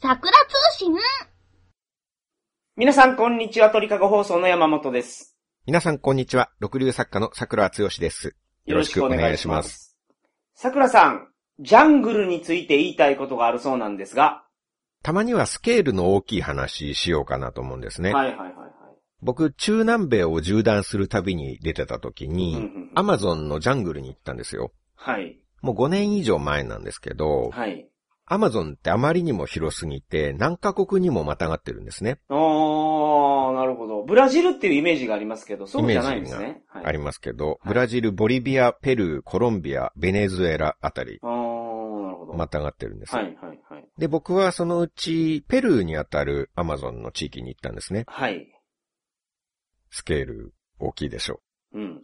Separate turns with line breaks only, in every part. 桜通信
皆さん、こんにちは。鳥かご放送の山本です。
皆さん、こんにちは。六流作家の桜剛です。よろしくお願いします。
す。桜さん、ジャングルについて言いたいことがあるそうなんですが。
たまにはスケールの大きい話しようかなと思うんですね。
はいはいはいは
僕、中南米を縦断する旅に出てた時
い。うんう
に、
んう
ア
ん
マゾンのジャングルに行ったんですよ。
はい。
もう5年以上前なんですけど、
はい。
アマゾンってあまりにも広すぎて、何カ国にもまたがってるんですね。
おー、なるほど。ブラジルっていうイメージがありますけど、そうじゃないんです
イメ
ね。はい、
ありますけど、ブラジル、ボリビア、ペルー、コロンビア、ベネズエラあたり、
おー、なるほど。
またがってるんです。
はいはいはい。
で、僕はそのうち、ペルーにあたるアマゾンの地域に行ったんですね。
はい。
スケール大きいでしょ
うん。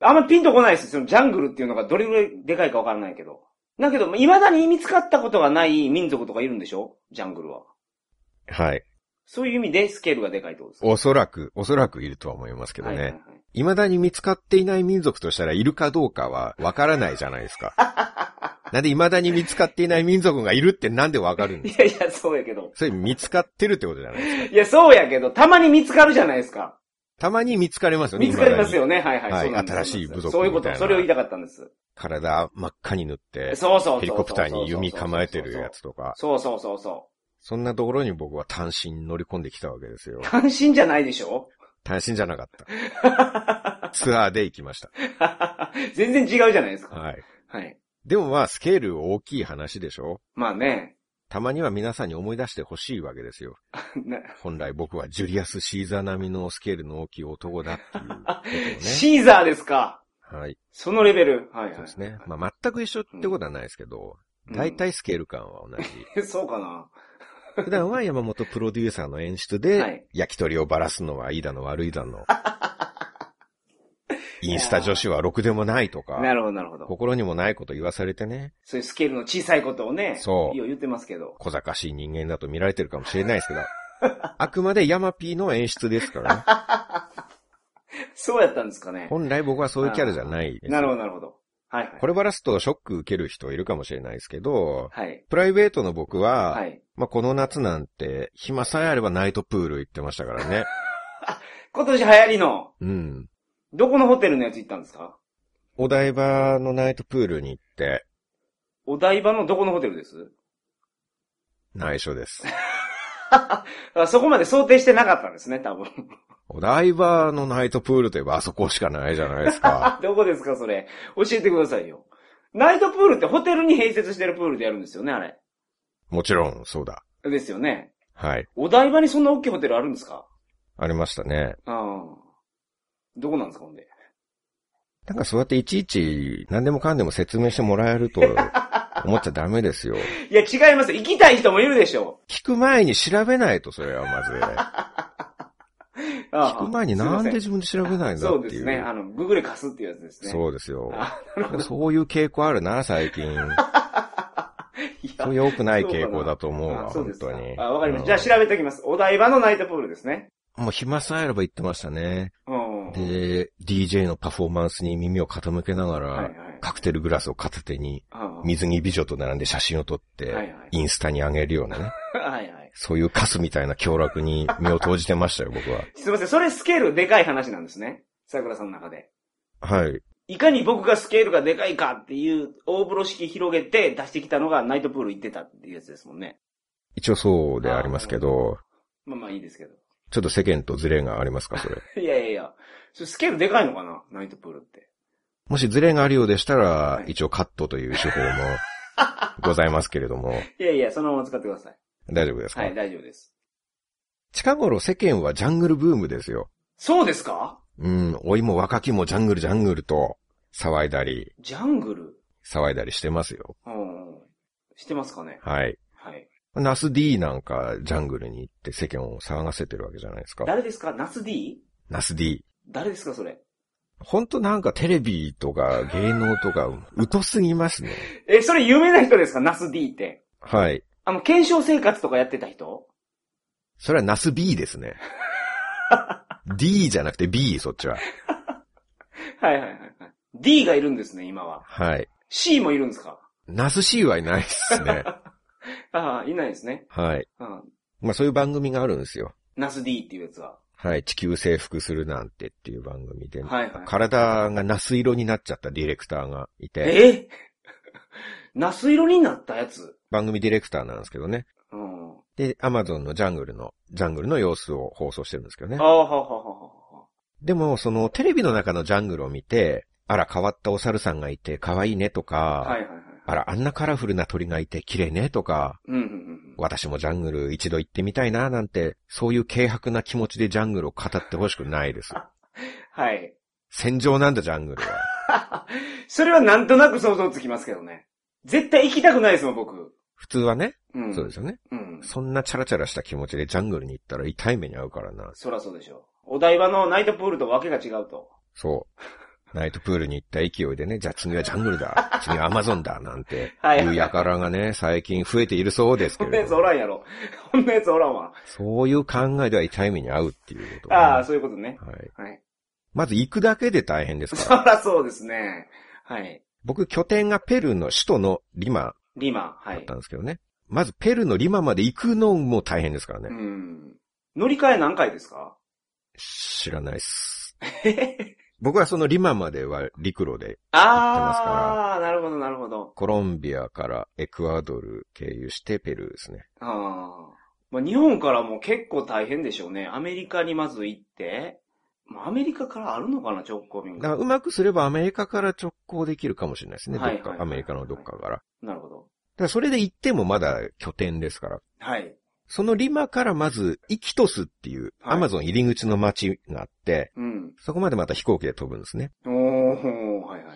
あんまピンとこないです。そのジャングルっていうのがどれぐらいでかいかわからないけど。だけど、未だに見つかったことがない民族とかいるんでしょジャングルは。
う。はい。
そういう意味でスケールがでかいってことですか
おそらく、おそらくいるとは思いますけどね。
はいはい
未だに見つかっていない民族としたらいるかどうかはわからないじゃないですか。 なんで未だに見つかっていない民族がいるってなんでわかる
はい
んで
い
すか
やいや、そうやけど。
それ見つかってるってことじゃないですか。
いや、そうやけど、たまに見つかるじゃないですか。
たまに見つかりますよね。
見つかります
未だに
よね。はいはい。
はい
そうなんです
新しい部族
そういうこ
みたい
と。
な
それを言いたかったんです。
体真っ赤に塗って、
そうそうそうそう。
ヘリコプターに弓構えてるやつとか、
そうそうそうそ
そんなところに僕は単身乗り込んできたわけですよ
う。。単身じゃないでしょ
単身じゃなかった。ツアーで行きました。
全然違うじゃないですか。
はい。
はい。
でもまあ、スケール大きい話でしょ
まあね。
たまには皆さんに思い出してほしいわけですよ。
な
本来僕はジュリアス・シーザー並みのスケールの大きい男だっていうことを ね。
シーザーですか。
はい。
そのレベル。はいはい。
そうですね。まあ、全く一緒ってことはないですけど、
うん
大体スケール感は同じ。
そうかな。
普段は山本プロデューサーの演出
はい
で、焼き鳥をばらすのはいいだの悪い だの。インスタ女子はろくでもないと
な
か、
るほど、なるほど。
心にもないこと言わされてね、
そういうスケールの小さいことをね、
そう
よ言ってますけど。
小賢しい人間だと見られてるかもしれないですけど、あくまで山 P の演出ですからね。
そうやったんですかね。
本来僕はそういうキャラじゃないです。
なるほど、なるほど。はいはい。
こればらすとショック受ける人いるかもしれないですけど、
はい。
プライベートの僕は、
はい。
まあ、この夏なんて、暇さえあればナイトプール行ってましたから ね。
今年流行りの、
うん。
どこのホテルのやつ行ったんですか
お台場のナイトプールに行って、
お台場のどこのホテルです
内緒です。
あそこまで想定してなかったんですね、多分。
お台場のナイトプールといえばあそこしかないじゃないです か。
あ、どこですか、それ。教えてくださいよ。ナイトプールってホテルに併設してるプールでやるんですよね、あれ。
もちろん、そうだ。
ですよね。
はい。
お台場にそんな大きいホテルあるんですか
ありましたね。
ああ。どこなんですか、ほんで。
なんかそうやっていちいち何でもかんでも説明してもらえると思っちゃダメですよ。
いや、違います。行きたい人もいるでしょ
聞く前に調べないと、それはまず。
う。
聞く前になんで自分で調べないんだ
そう
って
で
い
す
う。
ね。あの、ググレ貸すっていうやつですね。
そうですよ。
あ
そういう傾向あるな、最近。
いや
そういう良くない傾向だと思うわ、
あ そう
本
ですか
当に。
あ、わかりました。
うん
じゃあ調べておきます。お台場のナイトプールですね。
もう暇さえあれば行ってましたね。
うん。
で、DJ のパフォーマンスに耳を傾けながら、
はいはい
カクテルグラスを片手に、
ああ
水着美女と並んで写真を撮って、
はいはい
インスタに上げるようなね。
はいはい。
そういうカスみたいな凶楽に身を投じてましたよ、僕は。
すいません。それスケールでかい話なんですね。桜さんの中で。
はい。
いかに僕がスケールがでかいかっていう大風呂敷広げて出してきたのがナイトプール行ってたっていうやつですもんね。
一応そうでありますけど、
まあまあいいですけど。
ちょっと世間とズレがありますか、それ。
いやいやいや。それスケールでかいのかなナイトプールって。
もしズレがあるようでしたら
い、
一応カットという手法もございますけれども、
いやいや、そのまま使ってください。
大丈夫ですか、
はい、大丈夫です。
近頃世間はジャングルブームですよ。
そうですか
うん、老いも若きもジャングルジャングルと騒いだり、
ジャングル
騒いだりしてますよ。
うん。してますかね
はい。
はい。
ナス D なんかジャングルに行って世間を騒がせてるわけじゃないですか。
誰ですかナス D?
ナス D。
誰ですかそれ。
ほんとなんかテレビとか芸能とか疎す ぎますね。
え、それ有名な人ですかナス D って。
はい。
あの、検証生活とかやってた人
それはナス B で すね。D じゃなくて B、そっちは。
はいはいはいはい。D がいるんですね、今は。
はい。
C もいるんですか
ナス C はいないっすね。
ああ、いないですね。
はい。
うん。
まあそういう番組があるんですよ。
ナス D っていうやつは。
はい。地球征服するなんてっていう番組で。
はいはい。
体がナス色になっちゃったディレクターがい
え
て、
ナス色になったやつ。
番組ディレクターなんですけどね。
うん。あ
で、アマゾンのジャングルの、ジャングルの様子を放送してるんですけどね
あ、。はははは。
でも、そのテレビの中のジャングルを見て、あら変わったお猿さんがいて可愛いねとか、
はいはいはい。
あらあんなカラフルな鳥がいて綺麗ねとか、
うんうんうん。
私もジャングル一度行ってみたいななんて、そういう軽薄な気持ちでジャングルを語ってほしくないです。
はい。
戦場なんだジャングルは。
それはなんとなく想像つきますけどね。絶対行きたくないですもん、僕。
普通はね、
うん。
そうですよね。
うん。
そんなチャラチャラした気持ちでジャングルに行ったら痛い目に遭うからな。
そらそうでしょう。お台場のナイトプールとわけが違うと。
そう。ナイトプールに行った勢いでね、じゃあ次はジャングルだ、次はアマゾンだ、なんて、
はい
いう輩がね、最近増えているそうですけ
こんな
れ
やつ
ど
お
も、
らんやろ。 こんなやつおらんわ。
そういう考えでは痛い目に遭うっていうこと、
ああ、そういうことね。
はい。
はい。
まず行くだけで大変です
そ
から。
らそうですね。はい。
僕、拠点がペルーの首都のリマ
リマ、は
だっ
い
た。んですけどね。まずペルーのリマまで行くのも大変ですから
う
ね。
ん。乗り換え何回ですか
知らないっす。僕はそのリマまでは陸路で、
ああ、なるほど、なるほど。
コロンビアからエクアドル経由してペルーですね。
ああ。まあ、日本からも結構大変でしょうね。アメリカにまず行って、まあ、アメリカからあるのかな、直行便
だから
が。
うまくすればアメリカから直行できるかもしれないですね。ど
はい
っか
は、い
アメリカのどっかから。だか
なるほど。
らそれで行ってもまだ拠点ですから。
はい。
そのリマからまずイキトスっていう
はい
アマゾン入り口の街があって、
うん。
そこまでまた飛行機で飛ぶんですね。
おー、はいはいはいはい。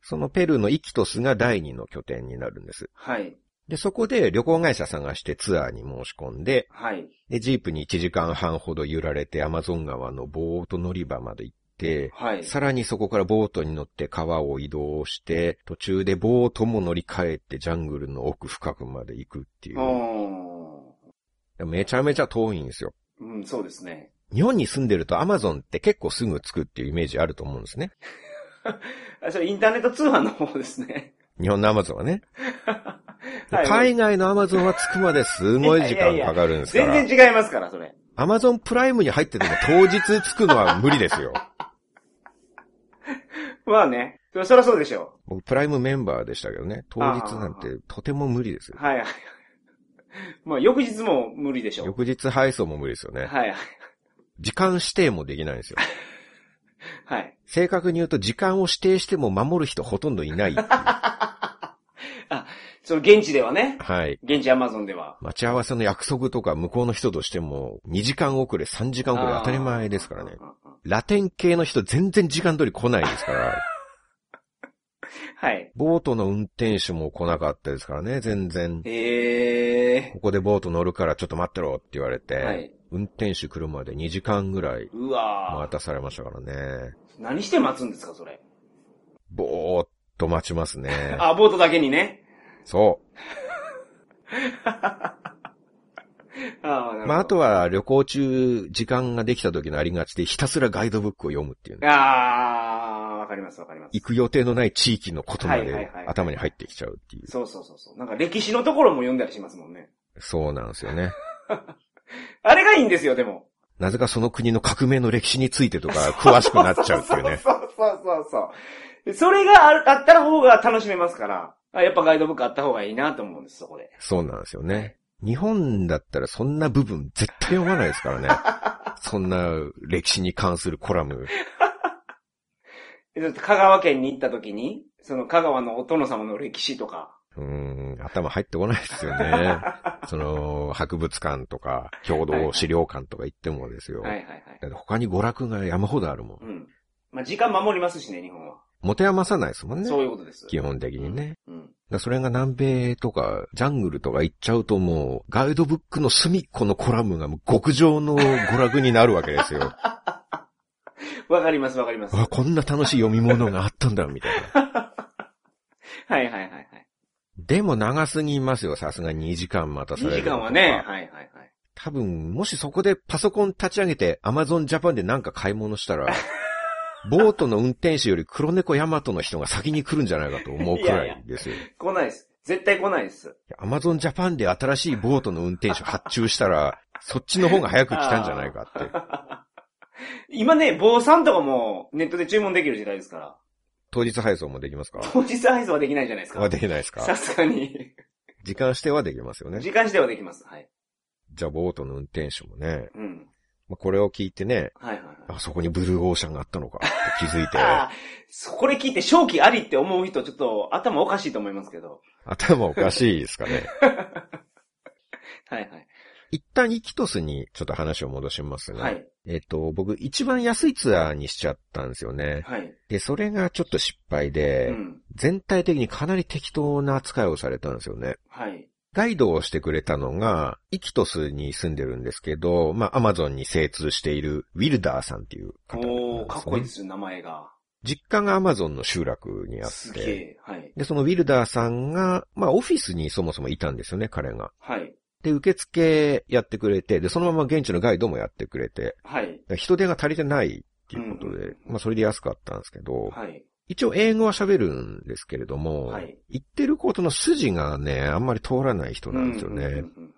そのペルーのイキトスが第二の拠点になるんです。
はい。
で、そこで旅行会社探してツアーに申し込んで、
はい。
で、ジープに1時間半ほど揺られてアマゾン川のボート乗り場まで行って、
はい。
さらにそこからボートに乗って川を移動して、途中でボートも乗り換えてジャングルの奥深くまで行くっていう。
お
めちゃめちゃ遠いんですよ。
ー。うん、そうですね。
日本に住んでるとアマゾンって結構すぐ着くっていうイメージあると思うんですね。
あそれインターネット通販の方です ね。
日本のアマゾンはね。
はい
海外のアマゾンは着くまですごい時間かかるんですから。
全然違いますから、それ。
アマゾンプライムに入ってても当日着くのは無理ですよ。
まあね。そりゃそりゃそうでしょ
僕プライムメンバーでしたけどね、当日なんてとても無理です
う。
よ。
はい はい。まあ、翌日も無理でしょう。
翌日配送も無理ですよね。
はいはい。
時間指定もできないんですよ。
はい。
正確に言うと時間を指定しても守る人ほとんどい ない。
その現地ではね。
はい。
現地アマゾンでは。
待ち合わせの約束とか向こうの人としても2時間遅れ、3時間遅れ
あー
当たり前ですからね。
うんうんうん
ラテン系の人全然時間通り来ないで すから。
はい。
ボートの運転手も来なかったですからね、全然。
ええ
ここでボート乗るからちょっと待ってろって言われて、
はい
運転手来るまで2時間ぐらい
ー。うわ
待
ー
たされましたからね。
何して待つんですか、それ。
ぼーっと待ちます ね。
あ、ボートだけにね。
そう。
ああ、なるほど。
まあ、あとは旅行中、時間ができた時のありがちで、ひたすらガイドブックを読むっていうね。
あーわかります、わかります。
行く予定のない地域のことま
はいはい
で
はい
頭に入ってきちゃうっていう。
そうそうそうそう。なんか歴史のところも読んだりしますもんね。
そうなんですよね。
あれがいいんですよ、でも。
なぜかその国の革命の歴史についてとか詳しくなっちゃうってい うね。
そうそうそうそう。それがあるあった方が楽しめますから、あやっぱガイドブックあった方がいいなと思うんです、そこで。
そうなんですよね。日本だったらそんな部分絶対読まないですからね。そんな歴史に関するコラム。
でだって香川県に行った時に、その香川のお殿様の歴史とか、
うーん、頭入ってこないですよね。その、博物館とか、共同資料館とか行ってもですよ。
はいはいはい。
だって他に娯楽が山ほどあるもん。
うん。まあ、時間守りますしね、日本は。
持て余さないですもんね
そ。ういうことです。
基本的にね。
うん。
だからそれが南米とか、ジャングルとか行っちゃうともう、ガイドブックの隅っこのコラムがもう極上の娯楽になるわけで すよ。
わかります、わかります。は
あ、こんな楽しい読み物があったんだ、みたいな。
いはいはいはい。
でも長すぎますよ、さすがに2時間待たさ
2
れる。
時間はね、。はいはいはい。
多分、もしそこでパソコン立ち上げて Amazon Japan でなんか買い物したら、ボートの運転手より黒猫ヤマトの人が先に来るんじゃないかと思うくらいですよ。
来ないです。絶対来ないです。
アマゾンジャパンで新しいボートの運転手発注したら、そっちの方が早く来たんじゃないかって。
今ね、坊さんとかもネットで注文できる時代ですから。
当日配送もできますか
当日配送はできないじゃないです
は
か。
できないです
さ
か
すがに。
時間指定はできますよね。
時間指定はできます。はい。
じゃあ、ボートの運転手もね、
うん。
まあ、これを聞いてね、
はいはいはい。
あそこにブルーオーシャンがあったのかって気づいて、
ああ、そこで聞いて正気ありって思う人ちょっと頭おかしいと思いますけど。
頭おかしいですかね。
はいはい。
一旦イキトスにちょっと話を戻しますが、
はい。
えっと、僕一番安いツアーにしちゃったんですよね。
はい。
で、それがちょっと失敗で、
うん。
全体的にかなり適当な扱いをされたんですよね。
はい。
ガイドをしてくれたのが、イキトスに住んでるんですけど、まあ、アマゾンに精通しているウィルダーさんっていう方なんですね、
おー、かっこいいですよ、名前が。
実家がアマゾンの集落にあっ
すげ
て、
え。はい。
で、そのウィルダーさんが、まあ、オフィスにそもそもいたんですよね、彼が。
はい。
で、受付やってくれて、で、そのまま現地のガイドもやってくれて、
はい。
人手が足りてないっていうこと
うんうん
で、まあ、それで安かったんですけど、
はい。
一応英語は喋るんですけれども、
はい
言ってることの筋がね、あんまり通らない人なんですよね。
うんうんうんうん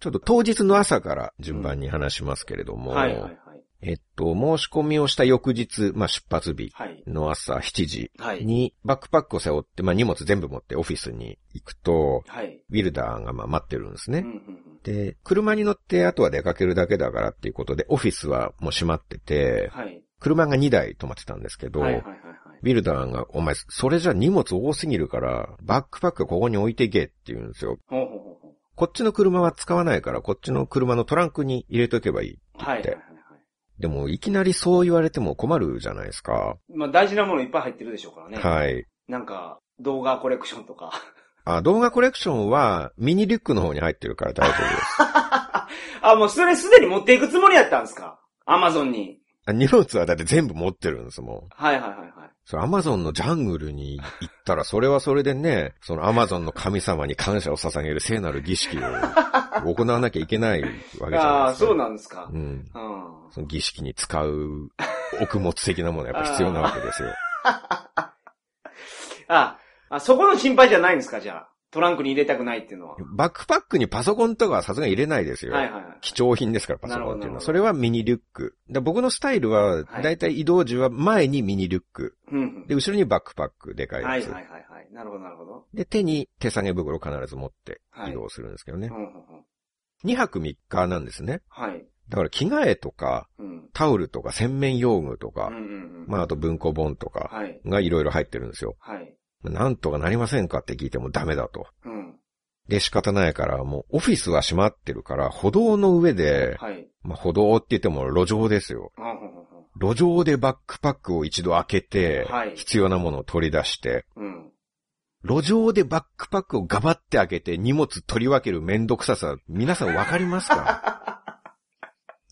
ちょっと当日の朝から順番に話しますけれど
うん
も、
はいはいはい。
えっと、申し込みをした翌日、まあ、出発日
はい。
の朝7時
はい。
に、バックパックを背負って、まあ、荷物全部持ってオフィスに行くと、
はい。
ウィルダーがまあ待ってるんですね。
うんうんうん
で、車に乗って、あとは出かけるだけだからっていうことで、オフィスはもう閉まってて、
はい。
車が2台止まってたんですけど、
はいはいはいはい。
ウィルダーが、お前、それじゃ荷物多すぎるから、バックパックここに置いていけって言うんですよ。
ほうほうほうほう。
こっちの車は使わないから、こっちの車のトランクに入れとけばいい。
はいはいはいはい。
でも、いきなりそう言われても困るじゃないですか。
まあ大事なものいっぱい入ってるでしょうからね。
はい。
なんか、動画コレクションとか。
あ、動画コレクションは、ミニリュックの方に入ってるから大丈夫です。
あ、もうそれすでに持っていくつもりやったんですかアマゾンに。
あ荷物はだって全部持ってるんですもん。
はいはいはいはい。
それアマゾンのジャングルに行ったら、それはそれでね、そのアマゾンの神様に感謝を捧げる聖なる儀式を行わなきゃいけないわけじゃないですか。
ああー、そうなんですか。
うん。
うん。
その儀式に使う奥物的なものはやっぱ必要なわけですよ。
あ、あ、そこの心配じゃないんですかじゃあ。トランクに入れたくないっていうのは。
バックパックにパソコンとかはさすがに入れないですよ。
はいはいはい。
貴重品ですから、パソ
なるほ
コンっていう
どなる
の
ほ
は。
ど
それはミニリュック。で僕のスタイルは、
はい
だいたい移動時は前にミニリュック。
うんうん。
で、後ろにバックパック、でか
はいいは
や
い
つ。
はいはい。なるほどなるほど。
で、手に手提げ袋を必ず持って
はい。
移動するんですけどね
う。んうんうん。
2泊3日なんですね。
はい。
だから着替えとか、
うん。
タオルとか、洗面用具と
う
か
んう、んうん。
まああと文庫本とか
はい。
がいろいろ入ってるんですよ。
はい。
なんとかなりませんかって聞いてもダメだと。
うん。
で、仕方ないから、もうオフィスは閉まってるから、歩道の上で、
はい。
まあ歩道って言っても路上ですよ。
うんうんうんうん
路上でバックパックを一度開けて
はい、
必要なものを取り出して、
うん。
路上でバックパックをガバって開けて荷物取り分けるめんどくささ、皆さんわかりますか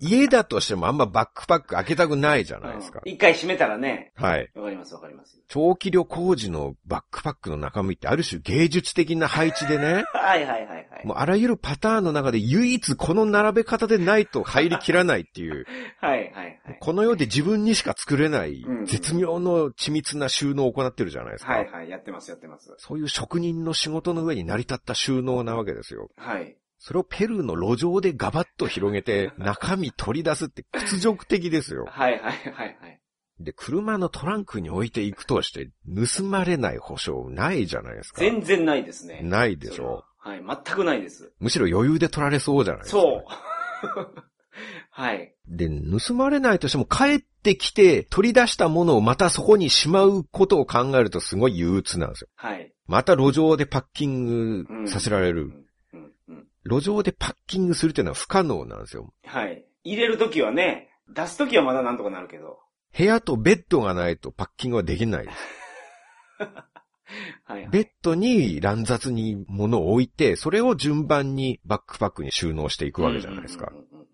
家だとしてもあんまバックパック開けたくないじゃないですか
うん。一回閉めたらね。
はい。
わかりますわかります。
長期旅行時のバックパックの中身ってある種芸術的な配置でね、
はいはいはいはい。
もうあらゆるパターンの中で唯一この並べ方でないと入りきらないっていう、
はいはいはい。
この世で自分にしか作れない
うん
絶妙の緻密な収納を行ってるじゃないですか。
はいはい。やってますやってます。
そういう職人の仕事の上に成り立った収納なわけですよ。
はい。
それをペルーの路上でガバッと広 げて中身取り出すって屈辱的ですよ。
はいはいはいはい。
で、車のトランクに置いていくとして盗まれない保証ないじゃないですか。
全然ないですね。
ないでしょ
それははい、全くないです。
むしろ余裕で取られそうじゃないですか。
そう。 はい。
で、盗まれないとしても帰ってきて取り出したものをまたそこにしまうことを考えるとすごい憂鬱なんですよ。
はい。
また路上でパッキングさせられる。
うんうん、
路上でパッキングするっていうのは不可能なんですよ。
はい。入れるときはね、出すときはまだなんとかなるけど。
部屋とベッドがないとパッキングはできないです。
はい。
ベッドに乱雑に物を置いて、それを順番にバックパックに収納していくわけじゃないですか。だ
うん
か
うんうんうん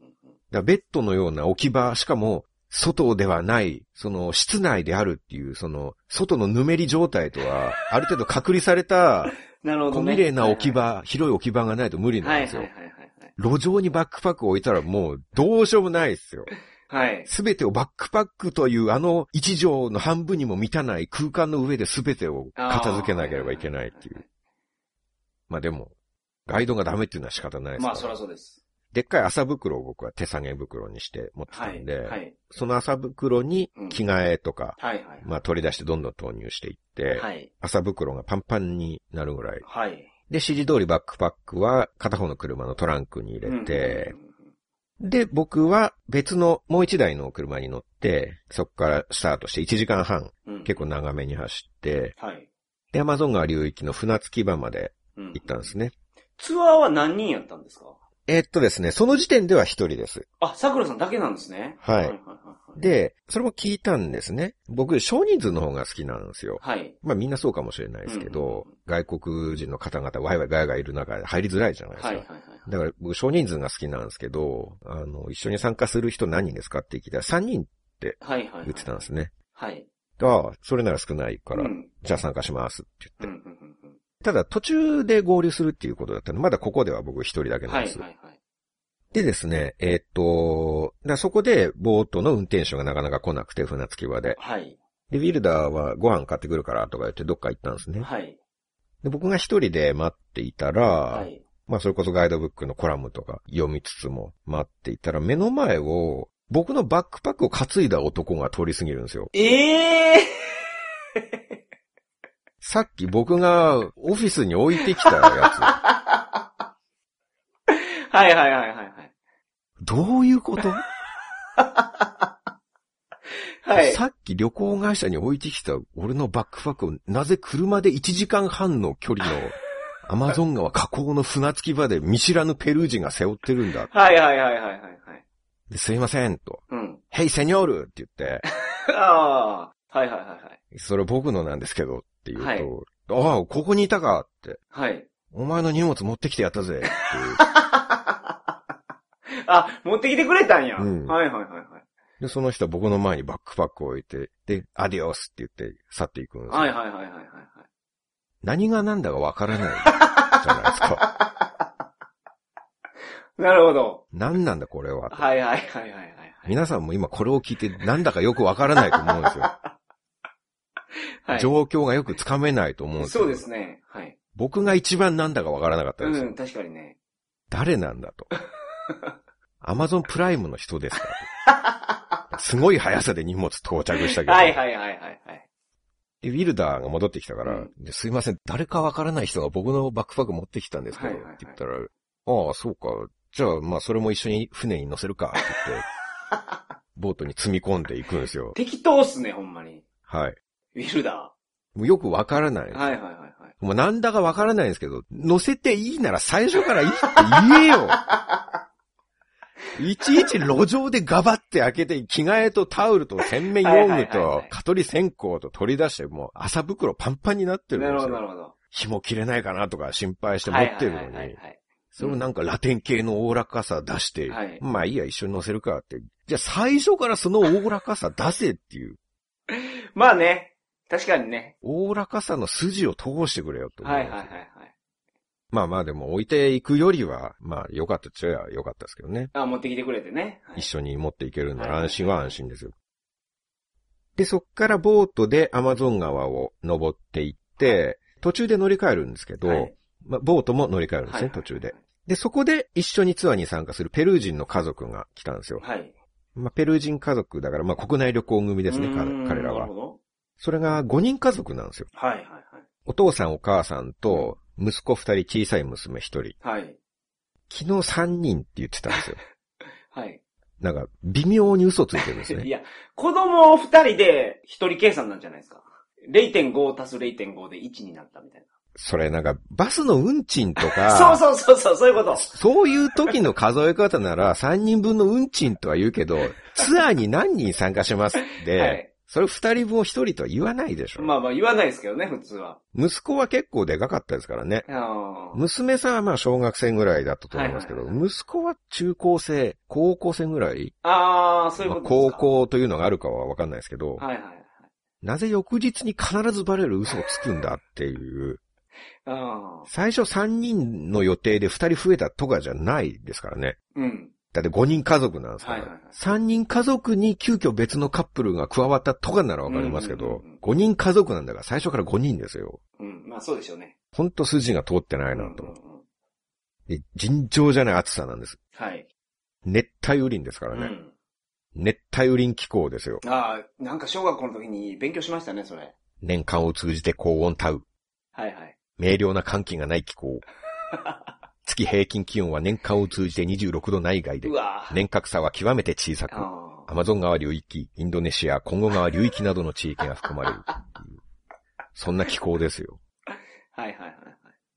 らベッドのような置き場、しかも、外ではない、その室内であるっていう、その外のぬめり状態とは、ある程度隔離された、
なるほ
小
どね。
綺麗な置き場、広い置き場がないと無理
は
ないん
はい
です
はい
よ
は。い
路上にバックパックを置いたらもうどうしようもないですよ。
はい。はい。
すべてをバックパックというあの一畳の半分にも満たない空間の上で全てを片付けなければいけないっていう。まあでも、ガイドがダメっていうのは仕方ないですから。
まあ、そりゃそうです。
でっかい朝袋を僕は手提げ袋にして持ってた
は
ん
い。
で、
はい。
その朝袋に着替えとか、
はい。はい。
まあ取り出してどんどん投入していって、
はい。
朝袋がパンパンになるぐらい。
はい。
で、指示通りバックパックは片方の車のトランクに入れて、で、僕は別のもう一台の車に乗って、そこからスタートして1時間半、
うん、うん
結構。長めに走って、
はい。
で、アマゾン川流域の船着き場まで
うん
行ったんですね。
ツアーは何人やったんですか
えーっとですね、その時点では一人です。
あ、桜さんだけなんですね。
はい
はい。はい。
で、それも聞いたんですね。僕、少人数の方が好きなんですよ。
はい。
まあみんなそうかもしれないですけど、
うん
外国人の方々、ワイワイガイガイいる中で入りづらいじゃないですか。
はい。はい。はい。
だから僕少人数が好きなんですけど、あの、一緒に参加する人何人ですかって聞いたら3人
はい。はい。
言ってたんですね。
はい。
ああ、それなら少ないから、
うん。
じゃあ参加しますって
うん。う
言って。
んうんうん
ただ途中で合流するっていうことだったんで、まだここでは僕一人だけな
は
ん
い。
です。
はい。はい。
でですね、えーっと、だからそこでボートの運転手がなかなか来なくて、船着き場で。
はい。
で、ウィルダーはご飯買ってくるからとか言ってどっか行ったんですね。
はい。
で、僕が一人で待っていたら、
はい。
まあそれこそガイドブックのコラムとか読みつつも待っていたら目の前を僕のバックパックを担いだ男が通り過ぎるんですよ。
ええ
さっき僕がオフィスに置いてきた
ー、
や
はいはいはいはいはい。
つ。どういうこと、
はい。
さっき旅行会社に置いてきた俺のバックパックをなぜ車で1時間半の距 離のアマゾン川河口の船着き場で見知らぬペルー人が背負ってるんだ。
はいはいはいはいはいはい。
ですいませんと。
うん。
ヘイセニョールって言って。
ああ、はいはいはいはい。
それ僕のなんですけどって言うと、
はい
ああ、ここにいたかって、
はい。
お前の荷物持ってきてやったぜっていう。
あ、持ってきてくれたんや。
うん
はいはいはいはい。
で、その人は僕の前にバックパックを置いて、で、アディオスって言って去っていくんですよ。
はいはいはいはいはいはい。
何が何だかわからないじゃないで すか。
なるほど。
何なんだこれはと。
はいはいはいはいはいはい。
皆さんも今これを聞いてなんだかよくわからないと思うんですよ。
はい、
状況がよくつかめないと思うんですよ。
そうですね。はい。
僕が一番なんだかわからなかったんです
う
よ。
ん、確かにね。
誰なん だと。アマゾンプライムの人ですかと すごい速さで荷物到着したけど。
はいはいはいはいはい。
で、ウィルダーが戻ってきたから、
うん
ですいません、誰かわからない人が僕のバックパック持ってきたんですけ
はい
ど、
はいはい
って言ったら、ああ、そうか。じゃあ、まあ、それも一緒に船に乗せるか、って 言って、ボートに積み込んでいくんですよ。
適当っすね、ほんまに。
はい。
ウィルダ
もうよくわからない。
ー。はいはいはいはい。
もうなんだかわからないんですけど、乗せていいなら最初からいいって言えよ いちいち路上でガバって開けて、着替えとタオルと洗面用
はいは
具
いはい
と
はい、
蚊取り線香と取り出して、もう朝袋パンパンになってるんです
な
よ。
るほどなるほど。
紐切れないかなとか心配して持ってるの
はいはいはい
に
は、い
それをなんかラテン系のおおらかさ出して、
はい
まあいいや、一緒に乗せるかって。じゃあ最初からそのおおらかさ出せっていう、
はい。まあね。確かにね。
おおらかさの筋を通してくれよと思う
はい
んですよ
はいはいはい。
まあまあでも置いていくよりは、まあ良かったっちゃ良かったですけどね。
あ、持ってきてくれてね。はい
一緒に持っていけるなら
はい
安心は安心ですよ。で、そっからボートでアマゾン川を登っていって、途中で乗り換えるんですけど、
はい
まあ、ボートも乗り換えるんですね、途中で。。で、そこで一緒にツアーに参加するペルー人の家族が来たんですよ。
はい。
まあ、ペルー人家族だから、まあ、国内旅行組ですね、
うー
か
ん
彼ら
な
は
るほ。ど。
それが5人家族なんですよ。
はいはい
お父さんお母さんと、息子2人、小さい娘1人。
はい。はい。
昨日3人って言ってたんですよ。
はい。
なんか、微妙に嘘ついてるんです
い
ね。
や、子供二人で一人計算なんじゃないですか。0.5足す0.5で1になったみたい
それなんか、バスの運賃と
な。そう
か、
そうそうそう、そういうこと。
そういう時の数え方なら、3人分の運賃とは言うけど、ツアーに何人参加しますって、
はい
それ2人分を1人とは言わないでしょ。
まあまあ言わないですけどね、普通は。
息子は結構でかかったですからね。
あー
娘さんはまあ小学生ぐらいだったと思いますけど、
はいはいは
息子は中高生、高校生ぐらい、
あー、そういう
まあ
ことです
高
か。
校というのがあるかはわかんないですけど、
はいはいはい。
なぜ翌日に必ずバレる嘘をつくんだっていう、
あ
最初3人の予定で2人増えたとかじゃないですからね。
ーうん。
だって5人家族なんですから、
はいはいはい
3人家族に急遽別のカップルが加わったとかならわかりますけ
うんうん
ど
うんうん、
5人家族なんだから最初から5人ですよ。
うんうんまあそうでしょうね。
ほんと筋が通ってないなと。で尋常じゃない暑さなんです。
はい。
熱帯雨林ですか
う
らね。
ん。
熱帯雨林気候ですよ。
ああ、なんか小学校の時に勉強しましたね、それ。
年間を通じて高温多雨。
はいはい。
明瞭な寒気がない気 候。月平均気温は年間を通じて26度内外で
う、わぁ。
年較差は極めて小さく、
あ
アマゾン川流域、インドネシア、コンゴ川流域などの地域が含まれるっていう。そんな気候ですよ。
あ。はいはいはい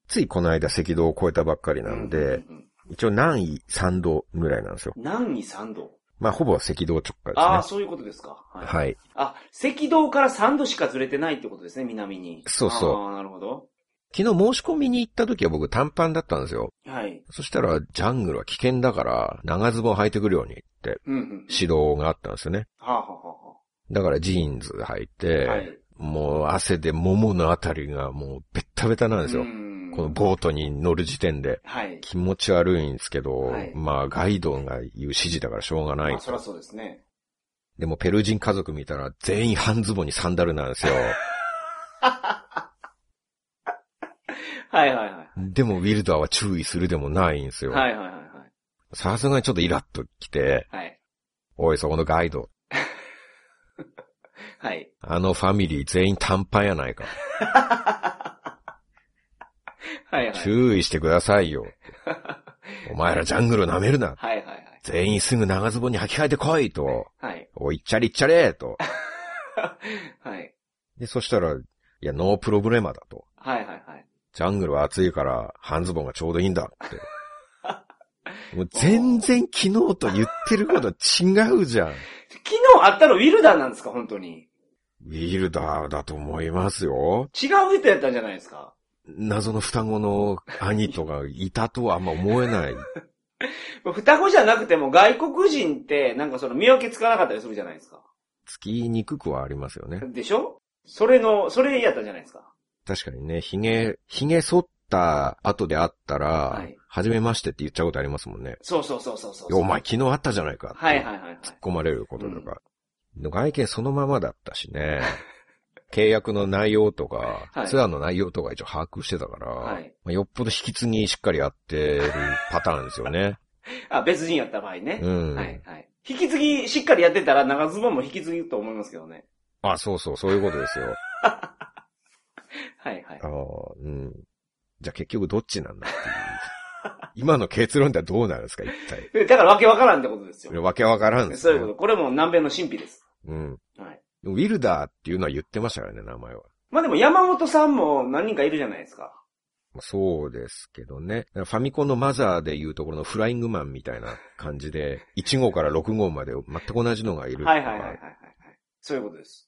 ついこの間赤道を越えたばっかり
はい。
なん
う
で、
ううん
一応南緯3度ぐらいなんですよ。
南に3度。
まあほぼ赤道直下
ああ、
ですね。
そういうことですか。は
はい。
あ、赤道から3度しかずれてないってことですね、南に。
そうそう
ああ、なるほど。
昨日申し込みに行った時は僕短パンだったんですよ。
はい。
そしたら、ジャングルは危険だから、長ズボン履いてくるようにって
うんうん。
指導があったんですよね。
はあ、はあは
だからジーンズ履い
あ、
て、
はあ。はい。
もう汗で桃のあたりがもうベッタベタなんですよ。
ん
このボートに乗る時点で。
はい。
気持ち悪いんですけど、
はい
まあガイドが言う指示だからしょうがない
まあ、。そりゃそうですね。
でもペルー人家族見たら全員半ズボンにサンダルなんですよ。
はいはいはい。
でもウィルダーは注意するでもないんですよ。
はいはいはいはい。
さすがにちょっとイラッときて、
はい。
おいそこのガイド、
はい。
あのファミリー全員短パンやないか。
はいはい。
注意してくださ いよ。お前らジャングル舐めるな。
はいはいはい。
全員すぐ長ズボンに履き替えてこいと。
はい。
おい、いっちゃれいっちゃれと。
はい。
で、そしたら、いや、ノープロブレマだと。
はいはいはい。
ジャングルは暑いから、半ズボンがちょうどいいんだって。もう全然昨日と言ってること違うじゃん。
昨日あったのウィルダーなんですか、本当に。
ウィルダーだと思いますよ。
違う人やったんじゃないですか。
謎の双子の兄とかいたとはあんま思えない。
双子じゃなくても外国人ってなんかその見分けつかなかったりするじゃないですか。
つきにくくはありますよね。
でしょそれの、それやったんじゃないですか。
確かにね、髭、髭剃った後であったら、
はい
はじめましてって言っちゃうことありますもんね。
そうそうそうそうそう
いやお前昨日あったじゃないかって。
はいはいはいはい。
突っ込まれることとか。外見そのままだったしね。契約の内容とか、
はい
ツアーの内容とか一応把握してたから、
はい
まあ、よっぽど引き継ぎしっかりやってるパターンですよね。
あ、別人やった場合ね
う。ん。
はいはい。引き継ぎしっかりやってたら長ズボンも引き継ぎと思いますけどね。
あ、そうそう、そういうことですよ。
はいはい
あ。ーうん。じゃあ結局どっちなんだ っていう。今の結論ではどうなるんですか、一体。
でだからわけわからんってことですよ。
わけわからんです
そう
ね
いうこと。これも南米の神秘です。
うん。
はい。
でもウィルダーっていうのは言ってましたからね、名前は。
まあでも山本さんも何人かいるじゃないですか。
まあそうですけどね。ファミコンのマザーでいうところのフライングマンみたいな感じで、1 号から6号まで全く同じのがいるとか。
はいはいはいはいはいはい。そういうことです。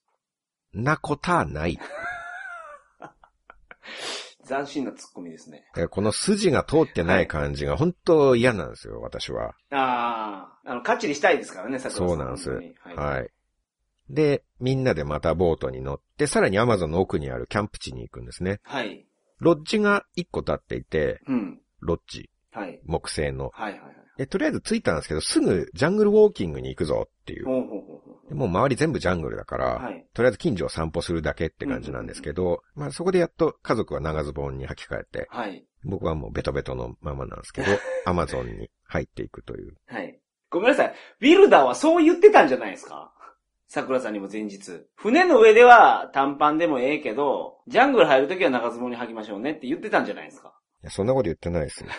なことはない。だ
斬新なツッコミですね。
からこの筋が通ってない感じが本当嫌なんですよ、私は。
ああ、あの、カッチリしたいですからね、桜さ
そうなんです
本当にはい。
はい。で、みんなでまたボートに乗って、さらにアマゾンの奥にあるキャンプ地に行くんですね。
はい。
ロッジが1個立っていて、
うん。
ロッジ、
はい。
木製の。
はいはいはい。
で、とりあえず着いたんですけど、すぐジャングルウォーキングに行くぞっていう。
ほうほうほうほ
でもう周り全部ジャングルだから、
う。はい。
とりあえず近所を散歩するだけって感じなんですけど、まあそこでやっと家族は長ズボンに履き替えて、
はい。
僕はもうベトベトのままなんで すけど、アマゾンに入っていくという。
はい。ごめんなさい。ウィルダーはそう言ってたんじゃないですか桜さんにも前日。船の上では短パンでもええけど、ジャングル入るときは長ズボンに履きましょうねって言ってたんじゃないですか。
いや、そんなこと言ってないですよ。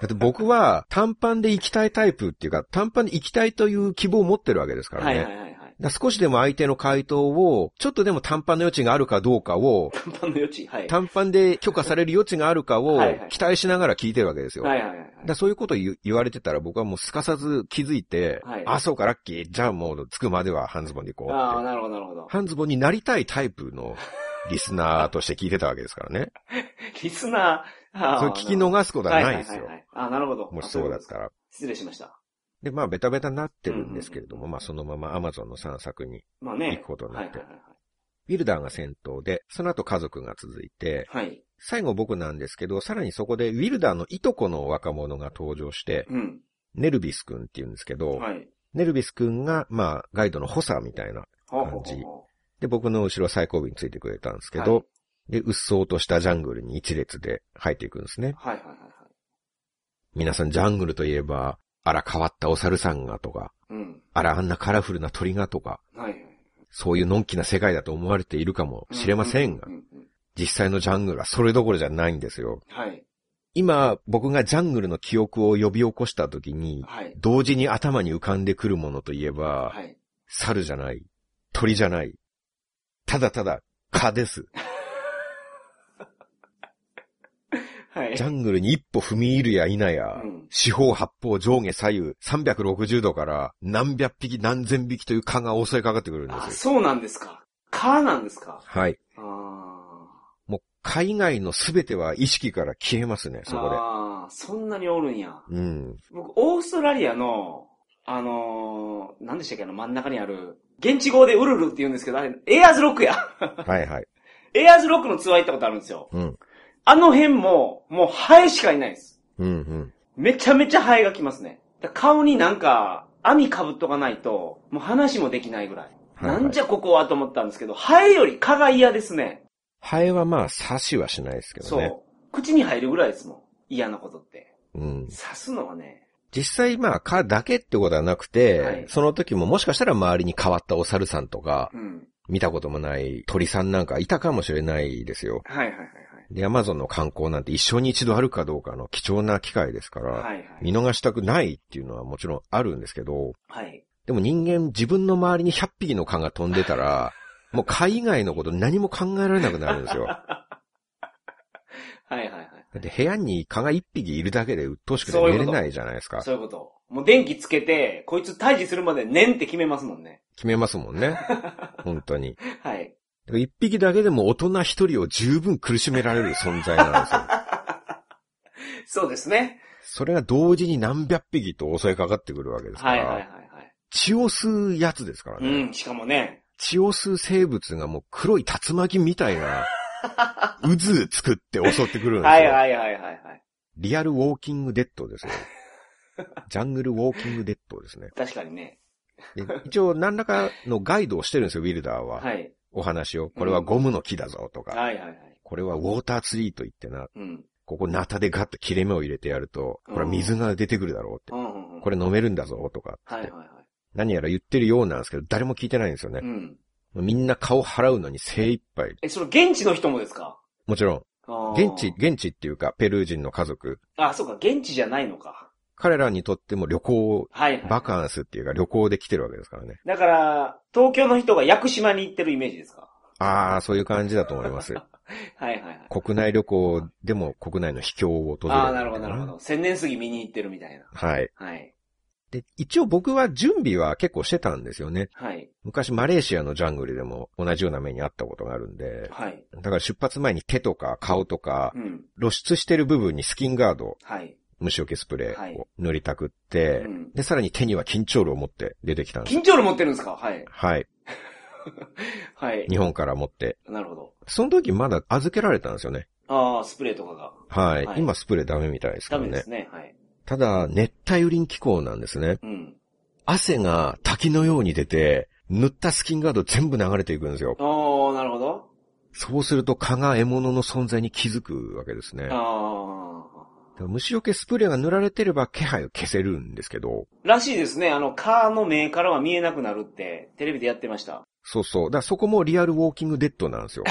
だって僕は短パンで行きたいタイプっていうか、短パンで行きたいという希望を持ってるわけですからね。
はいはいはいはい。
だから少しでも相手の回答を、ちょっとでも短パンの余地があるかどうかを、
短パンの余地。はい。
短パンで許可される余地があるかを
はいはい
期待しながら聞いてるわけですよ。
はいはいはいはい。
だからそういうこと言う言われてたら僕はもうすかさず気づいて、
はい
あ、そうか、ラッキー。じゃあもう着くまでは半ズボンで行こ
ああ、
うって。
なるほどなるほど。
半ズボンになりたいタイプのリスナーとして聞いてたわけですからね。
リスナー、 ああ
それ聞き逃すことはないですよ
はは。はいはいあ、なるほど。
もしそうだっ
ら。
たら。
失礼しました。
で、まあ、ベタベタになってるんですけれども、まあ、そのままアマゾンの散策に
まあね。
行くことになって
はいはい
ウィルダーが先頭で、その後家族が続いて、
はいはい。はい。
最後僕なんですけど、さらにそこでウィルダーのいとこの若者が登場して、
うん。
ネルビス君って言うんですけど、
はい。
ネルビス君が、まあ、ガイドの補佐みたいな
ほう
感じ
ほうほうほう
で、僕の後ろ最後尾についてくれたんですけど、
はい
で、うっそうとしたジャングルに一列で入っていくんですね。
はいはいはいはい。
皆さんジャングルといえば、あら変わったお猿さんがとか、
うん。
あらあんなカラフルな鳥がとか、
はいはい。
そういうのんきな世界だと思われているかもしれませんが
う、うんうん
実際のジャングルはそれどころじゃないんですよ。
はい。
今、僕がジャングルの記憶を呼び起こした時に、
はい。
同時に頭に浮かんでくるものといえば、
はい。
猿じゃない、鳥じゃない、ただただ蚊です。
はい。
ジャングルに一歩踏み入るや否や、
うん
四方八方上下左右360度から何百匹何千匹という蚊が襲いかかってくるんで
あ、
すよ。
そうなんですか。カーなんですか。
はい。
ああ。
もう蚊以外のすべては意識から消えますね、そこ
ああ、そんなにおるんや。
で。うん。
僕、オーストラリアの、あのー、何でしたっけあの真ん中にある、現地語でウルルって言うんですけど、あれ、エアーズロックや。
はいはい。
エアーズロックのツアー行ったことあるんですよ。
うん。
あの辺も、もうハエしかいないです。
うんうん。
めちゃめちゃハエが来ますね。だ顔になんか、網かぶっとかないと、もう話もできないぐらい。
はいはい
なんじゃここはと思ったんですけど、ハエより蚊が嫌ですね。
ハエはまあ刺しはしないですけど
そう。
ね。
口に入るぐらいですもん。嫌なことって。
うん。
刺すのはね、
実際まあ蚊だけってことはなくて、
はい
その時ももしかしたら周りに変わったお猿さんとか、
うん。
見たこともない鳥さんなんかいたかもしれないですよ。
はいはいはい
で、アマゾンの観光なんて一生に一度あるかどうかの貴重な機会ですから、
はい。はいは
見
い。
逃したくないっていうのはもちろんあるんですけど、
はい。
でも人間自分の周りに100匹の蚊が飛んで たら、もう蚊以外のこと何も考えられなくなるんですよ。
はいはいはい。
だって部屋に蚊が1匹いるだけで鬱陶しくて
そういう
寝
こ
れ
と
ないじゃないですか。
そういうこと。もう電気つけて、こいつ退治するまでねんって決めますもんね。
決めますもん ね。本当に。
はい。
1匹だけでも大人1人を十分苦しめられる存在なんですよ。
そうですね。
それが同時に何百匹と襲いかかってくるわけですか
はい
ら、
はいはいはい。
血を吸うやつですからね。
うん、しかもね。
血を吸う生物がもう黒い竜巻みた いな渦作って襲ってくるんですよ。
はいはいはいはいはい。
リアルウォーキングデッドですよ。ジャングルウォーキングデッドですね。
確かにね。
で一応何らかのガイドをしてるんですよ、ウィルダーは。
はい。
お話を。これはゴムの木だぞとか、
はいはいはい。
これはウォーターツリーと言ってな、
うん。
ここナタでガッと切れ目を入れてやると、これは水が出てくるだろうって
う。んうんうん。
こ
れ。
れ飲めるんだぞとかっつ
はい
っ
はい
て、
は
何やら言ってるようなんですけど、誰も聞いてないんですよね
い。う。ん。
みんな顔払うのに精一杯。
え、その現地の人もですか
もちろん、
あー
現地、現地っていうか、ペルー人の家族、
あ、そうか、現地じゃないのか。
彼らにとっても旅行、
はいはい。
バカンスっていうか旅行で来てるわけですからね。
だから、東京の人が屋久島に行ってるイメージですか
ああ、そういう感じだと思います。
はいはいはい。
国内旅行でも国内の秘境を訪れる。
ああ、なるほどなるほ。ど。千年杉見に行ってるみたいな。
はい。
はい。
で、一応僕は準備は結構してたんですよね。
はい。
昔マレーシアのジャングルでも同じような目にあったことがあるんで、
はい。
だから出発前に手とか顔とか
う、ん。
露出してる部分にスキンガード、
はい。
虫除けスプレ
はい
ーを塗りたくって、
うん
で、さらに手には緊張炉を持って出てきたんです。
緊張炉持ってるんですかはい。
はい。
はい。
日本から持って。
なるほど。
その時まだ預けられたんですよね。
ああ、スプレーとかが。
はい。
はい
今スプレーダメみたいですか
ダ
ら
メで
ね
す。ね。はい。
ただ、熱帯雨林気候なんですね。
うん。
汗が滝のように出て、塗ったスキンガード全部流れていくんですよ。
ああ、なるほど。
そうすると蚊が獲物の存在に気づくわけですね。だか
ああ。
ら虫除けスプレーが塗られてれば気配を消せるんですけど、
らしいですね。あの、カーの目からは見えなくなるって、テレビでやってました。
そうそう。だからそこもリアルウォーキングデッドなん ですよ。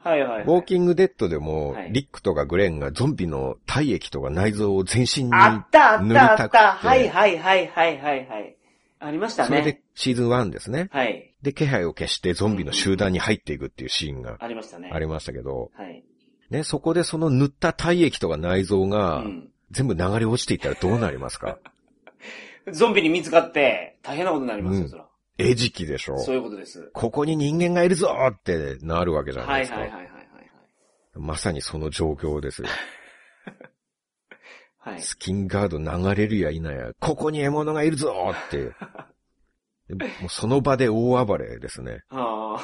はいはい、はい。
ウォーキングデッドでも
は、い
リックとかグレンがゾンビの体液とか内臓を全身に、
あったあ
塗
っ
り
た
たくて
あった。はいはいはいはいはいはい。ありました
それ
ね
で。シーズン1ですね。
はい。
で、気配を消してゾンビの集団に入っていくっていうシーンが
ありましたね。
ありましたけど、
はい。
ね、そこでその塗った体液とか内臓
う
が
ん。
全部流れ落ちていったらどうなります か
ゾンビに見つかって、大変なことになりますよ、
うん
そら。
餌食でしょ。
そういうことです。
ここに人間がいるぞーってなるわけじゃな
はいい
で
はい
すか。
はいはいはい
まさにその状況ですよ。
はい。はい。
スキンガード流れるや否や、ここに獲物がいるぞー って。でもうその場で大暴れですね。
あ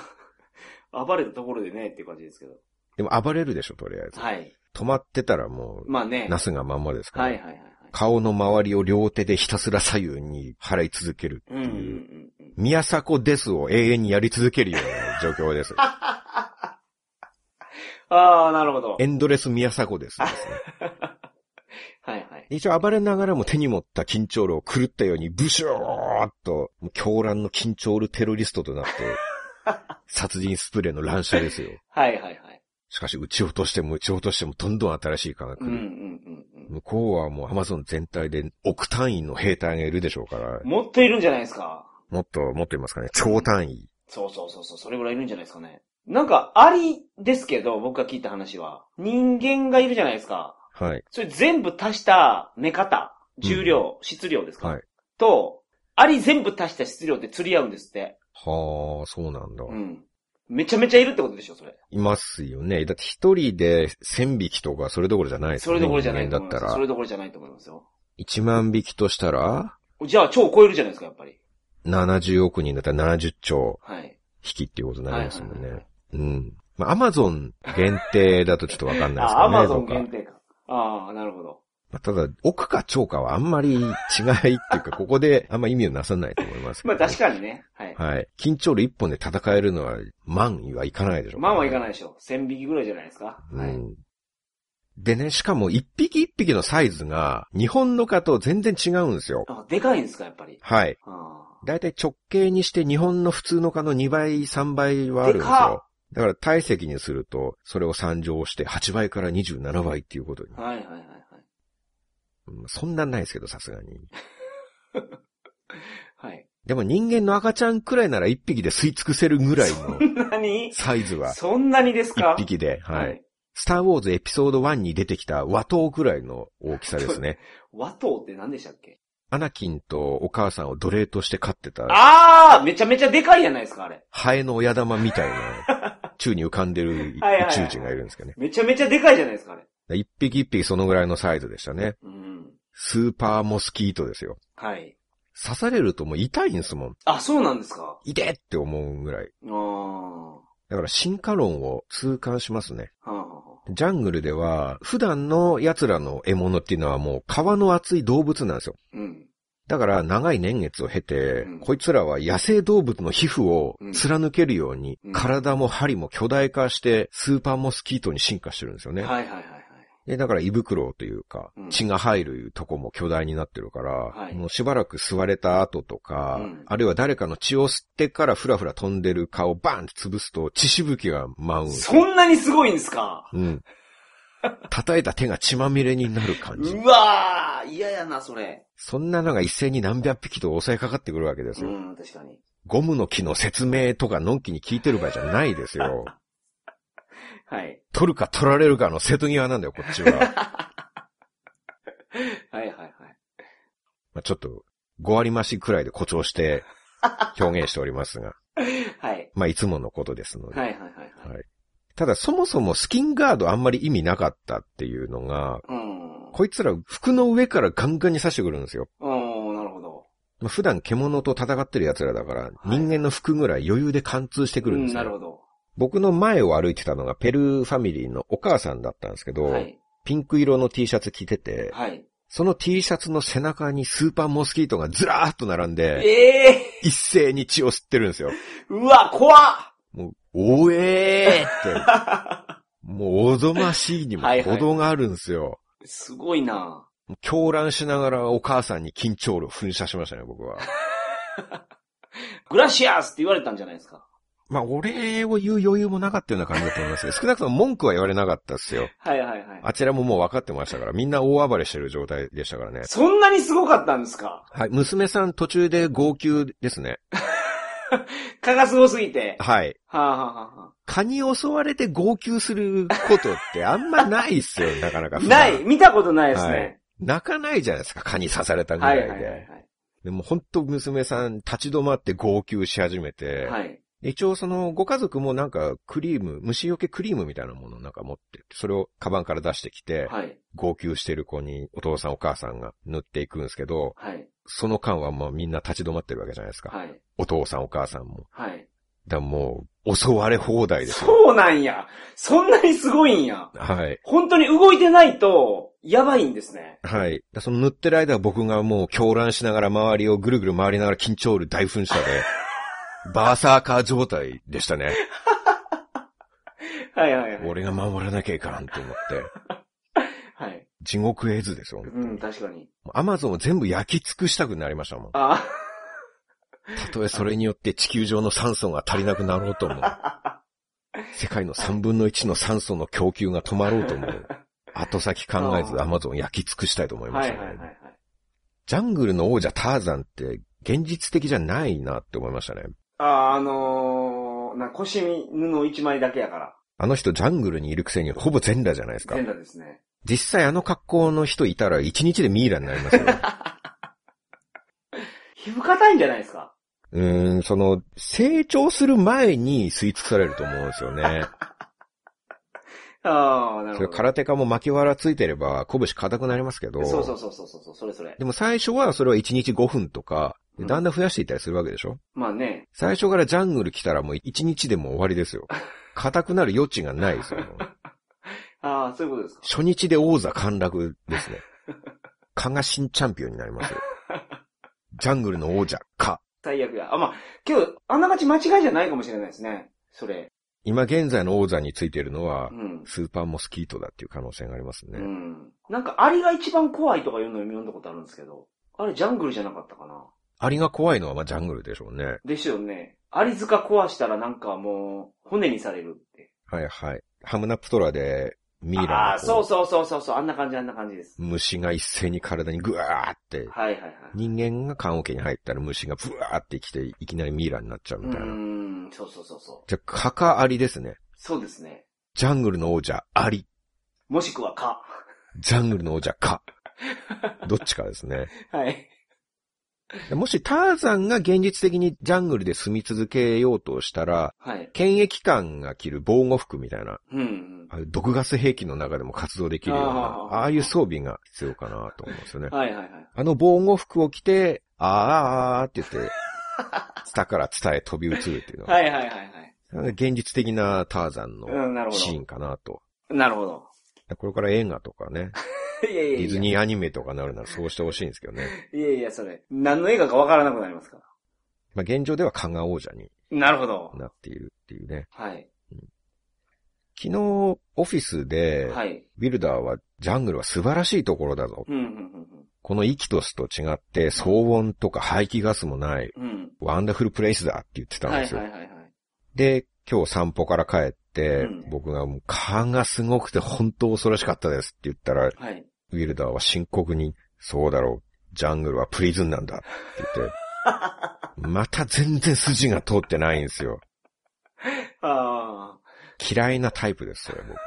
あ。 暴れたところでね、っていう感じですけど。
でも暴れるでしょ、とりあえず。
はい。
止まってたらもう、
まあね。
なすがまんまですから。
はいはいはいはい。
顔の周りを両手でひたすら左右に払い続けるって
うんうん
いう、
うんうん。
宮迫ですを永遠にやり続けるような状況です。
ああ、なるほど。
エンドレス宮迫です。
はいはい。
一応暴れながらも手に持った緊張炉を狂ったようにブシューっと、もう狂乱の緊張炉テロリストとな って、殺人スプレーの乱射ですよ。
はいはいはい。
しかし撃ち落としても撃ち落としてもどんどん新しい化が来
うんうん
る。
うんうん。
向こうはもうアマゾン全体で億単位の兵隊がいるでしょうから、
もっといるんじゃないですか。
もっと持っていますかね、超単位。
そうそうそうそう、それぐらいいるんじゃないですかね。なんか、ありですけど、僕が聞いた話は。人間がいるじゃないですか。
はい。
それ全部足した寝方、重量、質量ですか、
はい。
と、アリ全部足した質量で釣り合うんですって。
はあ、そうなんだ。
うん。めちゃめちゃいるってことでしょ、それ。
いますよね。だって一人で千匹とかそれどころじゃないです
そ
よね。
れどころじゃない
人
と
間
思
だ
い
っ
ま
た
す。そ
ら
れ。どころじゃないと思いますよ。
一万匹としたら、
じゃあ、超超えるじゃないですか、やっぱり。
70億人だったら70兆
はい。
匹っていうことになりますもん
はいはいは
ね。うん。まあ、アマゾン限定だとちょっとわかんないです け
あ、
ど
アマ
ね。
ゾン
僕は
限定か。ああ、なるほど。
まあ、ただ、奥か超かはあんまり違いっていうか、 ここであんま意味をなさないと思いますけ
ま
ど、
あ確かにね。はい。
はい。緊張類一本で戦えるのは、万はいかないでしょう
まあまあいかない
い。
でしょう。1000匹ぐらいじゃないですか。
う
はい。
ん。でね、しかも一匹一匹のサイズが、日本の蚊と全然違うんですよ。
あ、でかいんですか、やっぱり。
はい。
あ
だいたい直径にして日本の普通の蚊の2倍、3倍はあるんです
でか
よ。だから体積にすると、それを3乗して8倍から27倍っていうことに
あ。。はいはいはいはい。
うんそんなんないですけど、さすがに。
はい。
でも人間の赤ちゃんくらいなら1匹で吸い尽くせるぐらいの
何
サイズは、
そんなにですか
1匹で、はい。。スターウォーズエピソード1に出てきた和刀くらいの大きさですね。
和刀って何でしたっけ
アナキンとお母さんを奴隷として飼ってた、
あーめちゃめちゃでかいじゃないですか、あれ。
ハエの親玉みたいな、 宙に浮かんでる宇
はいはいはい
宙人がいるんですけどね。
めちゃめちゃでかいじゃないですか、あれ。
一匹一匹そのぐらいのサイズでしたね。
うん。
スーパーモスキートですよ。
はい。
刺されるともう痛いんですもん。
あ、そうなんですか。
痛えって思うぐらい。
あーは
だから進化論を痛感しますね。
あはあは
ジャングルでは、普段の奴らの獲物っていうのはもう皮の厚い動物なんですよ。
あ。うん。
だから長い年月を経て、
うん
こいつらは野生動物の皮膚を貫けるように、
うん
体も針も巨大化して、スーパーモスキートに進化してるんですよね。
はいはいはいはい。
で、だから胃袋というか
う、ん
血が入るとこも巨大になってるから、
い
もうしばらく吸われた後とか、
うん
あるいは誰かの血を吸ってからふらふら飛んでる顔をバーンって潰すと血しぶきが舞うんですよ
そんなにすごいんですか
うん。叩いた手が血まみれになる感じ。
うわー嫌やな、それ。
そんなのが一斉に何百匹と襲いかかってくるわけです
う
よ。
ん、確かに。
ゴムの木の説明とかのんきに聞いてる場合じゃないで すよ。
はい。
取るか取られるかの瀬戸際なんだよ、こっちは。
はいはいはい。
まあちょっと、5割増しくらいで誇張して表現しておりま すが。
はい。
まあ、いつものことですので。
はいはいはいはい。
ただ、そもそもスキンガードあんまり意味なかったっていうのが、
うん。
こいつら服の上からガンガンに刺してくるんですよ。
うん、なるほど。
まあ普段獣と戦ってる奴らだから、人間の服ぐらい余裕で貫通してくるんです
うん、なる
よ。
ほど。
僕の前を歩いてたのがペルーファミリーのお母さんだったんですけど、
はい。
ピンク色の T シャツ着てて、
はい。
その T シャツの背中にスーパーモスキートがずらーっと並んで、
ええ
一斉に血を吸ってるんですよ。
ー、うわ、怖っ
もう、おえーって、 もうおぞましいにも
はいはい
程があるんですよ。
すごいな
もう狂乱しながらお母さんに緊張炉噴射しましたね、僕は。
グラシアスって言われたんじゃないですか。
まあ、お礼を言う余裕もなかったような感じだと思いますけど、少なくとも文句は言われなかったですよ。
はいはいはい。
あちらももう分かってましたから、みんな大暴れしてる状態でしたからね。
そんなにすごかったんですか
はい、娘さん途中で号泣ですね。
蚊がすごすぎて。
はい。
はあ、はあはあは
蚊に襲われて号泣することってあんまないっ すよ、なかなか
あ、
普段。
ない見たことないですね。
泣かないじゃないですか、蚊に刺されたぐら
はいい
で。
はいはいはい。
でも本当娘さん立ち止まって号泣し始めて、
はい。
一応そのご家族もなんかクリーム、虫除けクリームみたいなものなんか持ってて、それをカバンから出してきて、
はい。
号泣してる子にお父さんお母さんが塗っていくんですけど、
はい。
その間はもうみんな立ち止まってるわけじゃないですか。
はい。
お父さんお母さんも。
はい。
だからもう、襲われ放題ですよ。
そうなんや。そんなにすごいんや。
はい。
本当に動いてないと、やばいんですね。
はい。だからその塗ってる間は僕がもう狂乱しながら周りをぐるぐる回りながら緊張る 大噴射で、バーサーカー状態でしたね。
はいはいはい。
俺が守らなきゃいかんって思って。
はい。
地獄絵図ですよ、本当
う
に
ん、確かに。
アマゾンを全部焼き尽くしたくなりましたもん。
あ
たとえそれによって地球上の酸素が足りなくなろ うとも、
あ。
世界の3分の1の酸素の供給が止まろうとも、後先考えずアマゾン焼き尽くしたいと思いま
は
し
い
た
はいはい
ね
は。い。
ジャングルの王者ターザンって現実的じゃないなって思いましたね。
ああ、あのー、な、腰に布一枚だけやから。
あの人ジャングルにいるくせにほぼ全裸じゃないですか
変。だですね。
実際あの格好の人いたら1日でミイラにな りますよ。
皮膚硬いんじゃないですか
うーん、その、成長する前に吸い尽くされると思うんですよね。
ああ、な
そ
る
れ
ほど。
空手家も巻きわらついてれば拳硬くなりますけど。
そうそうそうそうそう、それそれ。
でも最初はそれは1日5分とか、
うん
だんだん増やしていったりするわけでしょ
まあね。
最初からジャングル来たらもう1日でも終わりですよ。硬くなる余地がないですよ。
ああ、そういうことですか。
初日で王座陥落ですね。蚊が新チャンピオンになりますよ。ジャングルの王者、蚊。
最悪や。あ、まあ、けど、あながち間違いじゃないかもしれないですね。それ。
今現在の王座についているのは
う、ん。
スーパーモスキートだっていう可能性があります
う
ね。
ん。なんか、アリが一番怖いとかいうのを読んだことあるんですけど、あれジャングルじゃなかったかな。
アリが怖いのはまあジャングルでしょうね。
ですよね。アリ塚壊したらなんかもう、骨にされるって。
はいはい。ハムナプトラで、ミイラの
ああ、
こう
そうそうそうそうそう、あんな感じあんな感じです。
虫が一斉に体にグワーって、
はいはいはい。
人間が棺桶に入ったら虫がブワーって来て、いきなりミイラになっちゃう
う
みたいな。
ーん、そうそうそうそう。
じゃあ、カカアリですね。
そうですね。
ジャングルの王者、アリ。
もしくは蚊。
ジャングルの王者、カ。どっちかですね。
はい。
もしターザンが現実的にジャングルで住み続けようとしたら、
はい。
検疫官が着る防護服みたいな、
うんうん。
ああいう毒ガス兵器の中でも活動できるような、
あー
ああいう装備が必要かなと思うんですよね。
はいはいはい。
あの防護服を着て、あーあーあーって言って、ツタからツタへ飛び移るっていうのは、
はいはいはいはい。
なんか現実的なターザンの
うん、なるほ
シーンかなと。
ど。なるほど。
これから映画とかね、
いやい
デ
やい
ィズ
や。
ニーアニメとかなるならそうしてほしいんですけどね。
いやいや、それ。何の映画かわからなくなりますから。
まあ現状では加賀王者に
なるほど。
なっているっていうね。
はい。
昨日、オフィスで、
はい。
ビルダーは、ジャングルは素晴らしいところだぞ。
うん、うん、
このイキトスと違って、騒音とか排気ガスもない、
うん、うん。
ワンダフルプレイスだって言ってたん
は
で
い
すよ。
はいはいはい。
で、今日散歩から帰って、
うん
僕がもう、蚊がすごくて本当恐ろしかったですって言ったら、
はい。
ウィルダーは深刻に、そうだろう、ジャングルはプリズンなんだって言って、 また全然筋が通ってないんですよ。
あ
嫌いなタイプです、それ僕。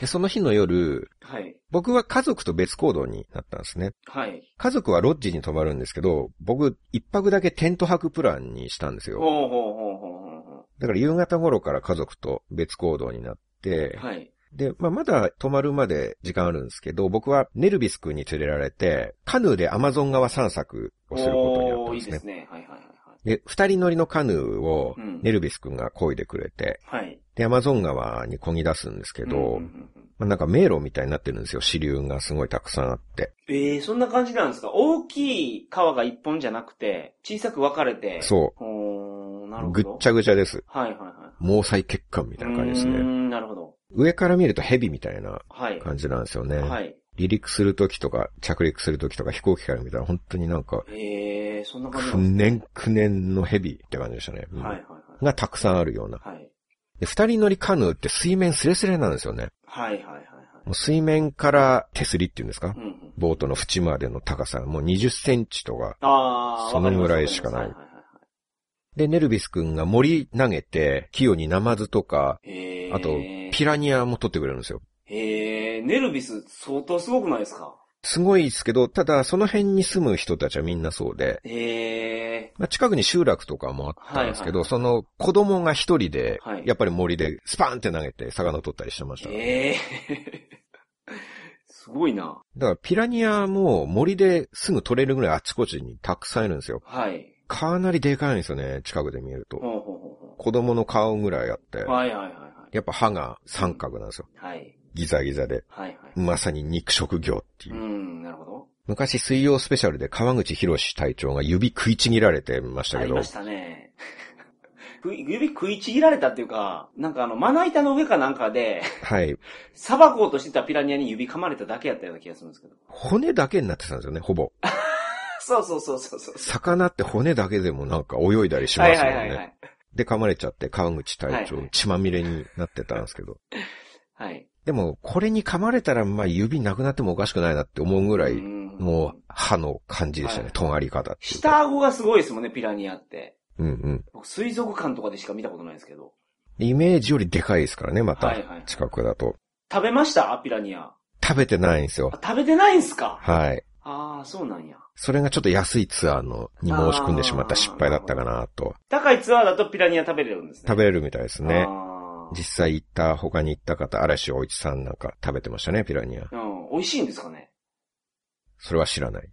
で、その日の夜、
あ。はい。
僕は家族と別行動になったんですね。
はい。
家族はロッジに泊まるんですけど、僕、一泊だけテント泊プランにしたんですよ。
ほうほうほうほうほうほ
だから夕方頃から家族と別行動になって
う。、はい。
で、まあ、まだ泊まるまで時間あるんですけど、僕はネルビス君に連れられて、カヌーでアマゾン川散策をすることになった
おー
ん
い
で
い
す
で
ね
す。ね。はいはいはいはい。
で、二人乗りのカヌーを
うん
ネルビス君が漕いでくれて、
はい。
で、アマゾン川に漕ぎ出すんですけど、
うんうんうんうん
まあ、なんか迷路みたいになってるんですよ。支流がすごいたくさんあって。
ええそんな感じなんですか大きい川が一本じゃなくて、小さく分かれて。
そ
おーなる
う。
ほ
ぐ
ど。
っちゃぐちゃです。
はいはいはい。
毛細血管みたいな感じです
うー
ね。
んなるほど。
上から見ると蛇みたいな
はい。
感じなんですよね。
はい。
離陸するときとか、着陸するときとか、飛行機から見たら本当になんか、
ええそんな感じな
く
んです
ねんくねんの蛇って感じでしたね。うん
かはいはいはい。
がたくさんあるような。
はい。
で、二人乗りカヌーって水面スレスレなんですよね。
はいはいはいはい。
もう水面から手すりっていうんですか
うんうん。
ボートの縁までの高さ、もう20センチとか。
ああ、
そのぐらいしかない
わりますわか
で、ネルビス君が森投げて、器用にナマズとか、
りますはいはいはい。ええ
あと、ピラニアも取ってくれるんですよ。
ええネルビス相当すごくないですか
すごいですけど、ただその辺に住む人たちはみんなそうで、
ええ
まあ、近くに集落とかもあったんですけど、
はいはい
その子供が一人で、
はい
やっぱり森でスパーンって投げて魚取ったりしてましたね、
ええ すごいな。
だからピラニアも森ですぐ取れるぐらいあちこちにたくさんいるんですよ。
はい。
かなりでかいんですよね、近くで見ると。
ほうほうほう
子供の顔ぐらいあって、
ほう。はいはいはいはい。
やっぱ歯が三角なんですよ。
はい。
ギザギザで。
はいはい。
まさに肉食業っていうう。
ん、なるほど。
昔水曜スペシャルで川口博士隊長が指食いちぎられてました
あ
け
り
ど
まし、たね。食い 指食いちぎられたっていうか、なんかあの、まな板の上かなんかで、
はい。
さばこうとしてたピラニアに指噛まれただけやったような気がするんですけど。
骨だけになってたんですよね、ほぼ。
そうそうそうそうそう。
魚って骨だけでもなんか泳いだりしま
はい
すよね。
はいはいはい。
で、噛まれちゃって川口隊長
はい
血まみれになってたんですけど。
はい。
でも、これに噛まれたら、まあ、指なくなってもおかしくないなって思うぐらい、も
も
う、歯の感じでしたね。
はい
とんあり方っていうか。
下顎がすごいですもんね、ピラニアって。
うんうん。
僕、水族館とかでしか見たことないですけど。
イメージよりでかいですからね、また
はいはい。
近くだと。
食べましたピラニア。
食べてないんですよ
あ。食べてないんすか
はい。
ああ、そうなんや。
それがちょっと安いツアーのに申し込んでしまった失敗だったかなと。
高いツアーだとピラニア食べれるんですね。
食べれるみたいですね。
あー
実際行った、他に行った方、嵐お一さんなんか食べてましたね、ピラニア。
うん、美味しいんですかね
それは知らない。っ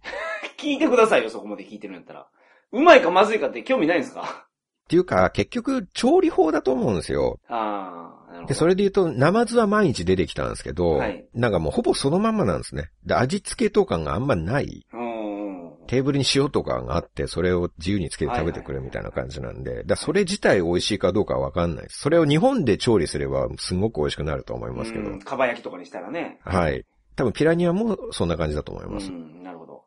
聞いてくださいよ、そこまで聞いてるんやったら。うまいかまずいかって興味ないんですか
ていうか、結局、調理法だと思うんですよ。
ああ、なるほど。
で、それで言うと、ナマズは毎日出てきたんですけど、
はい
なんかもうほぼそのまんまなんですね。で、味付けとかがあんまない。
うんうん。
テーブルに塩とかがあって、それを自由につけて食べてくれみたいな感じなんで、だそれ自体美味しいかどうかはわかんないです。それを日本で調理すれば、すごく美味しくなると思いますけど。
うん、かば焼きとかにしたらね。
はい。多分ピラニアもそんな感じだと思いうます。
ん、なるほど。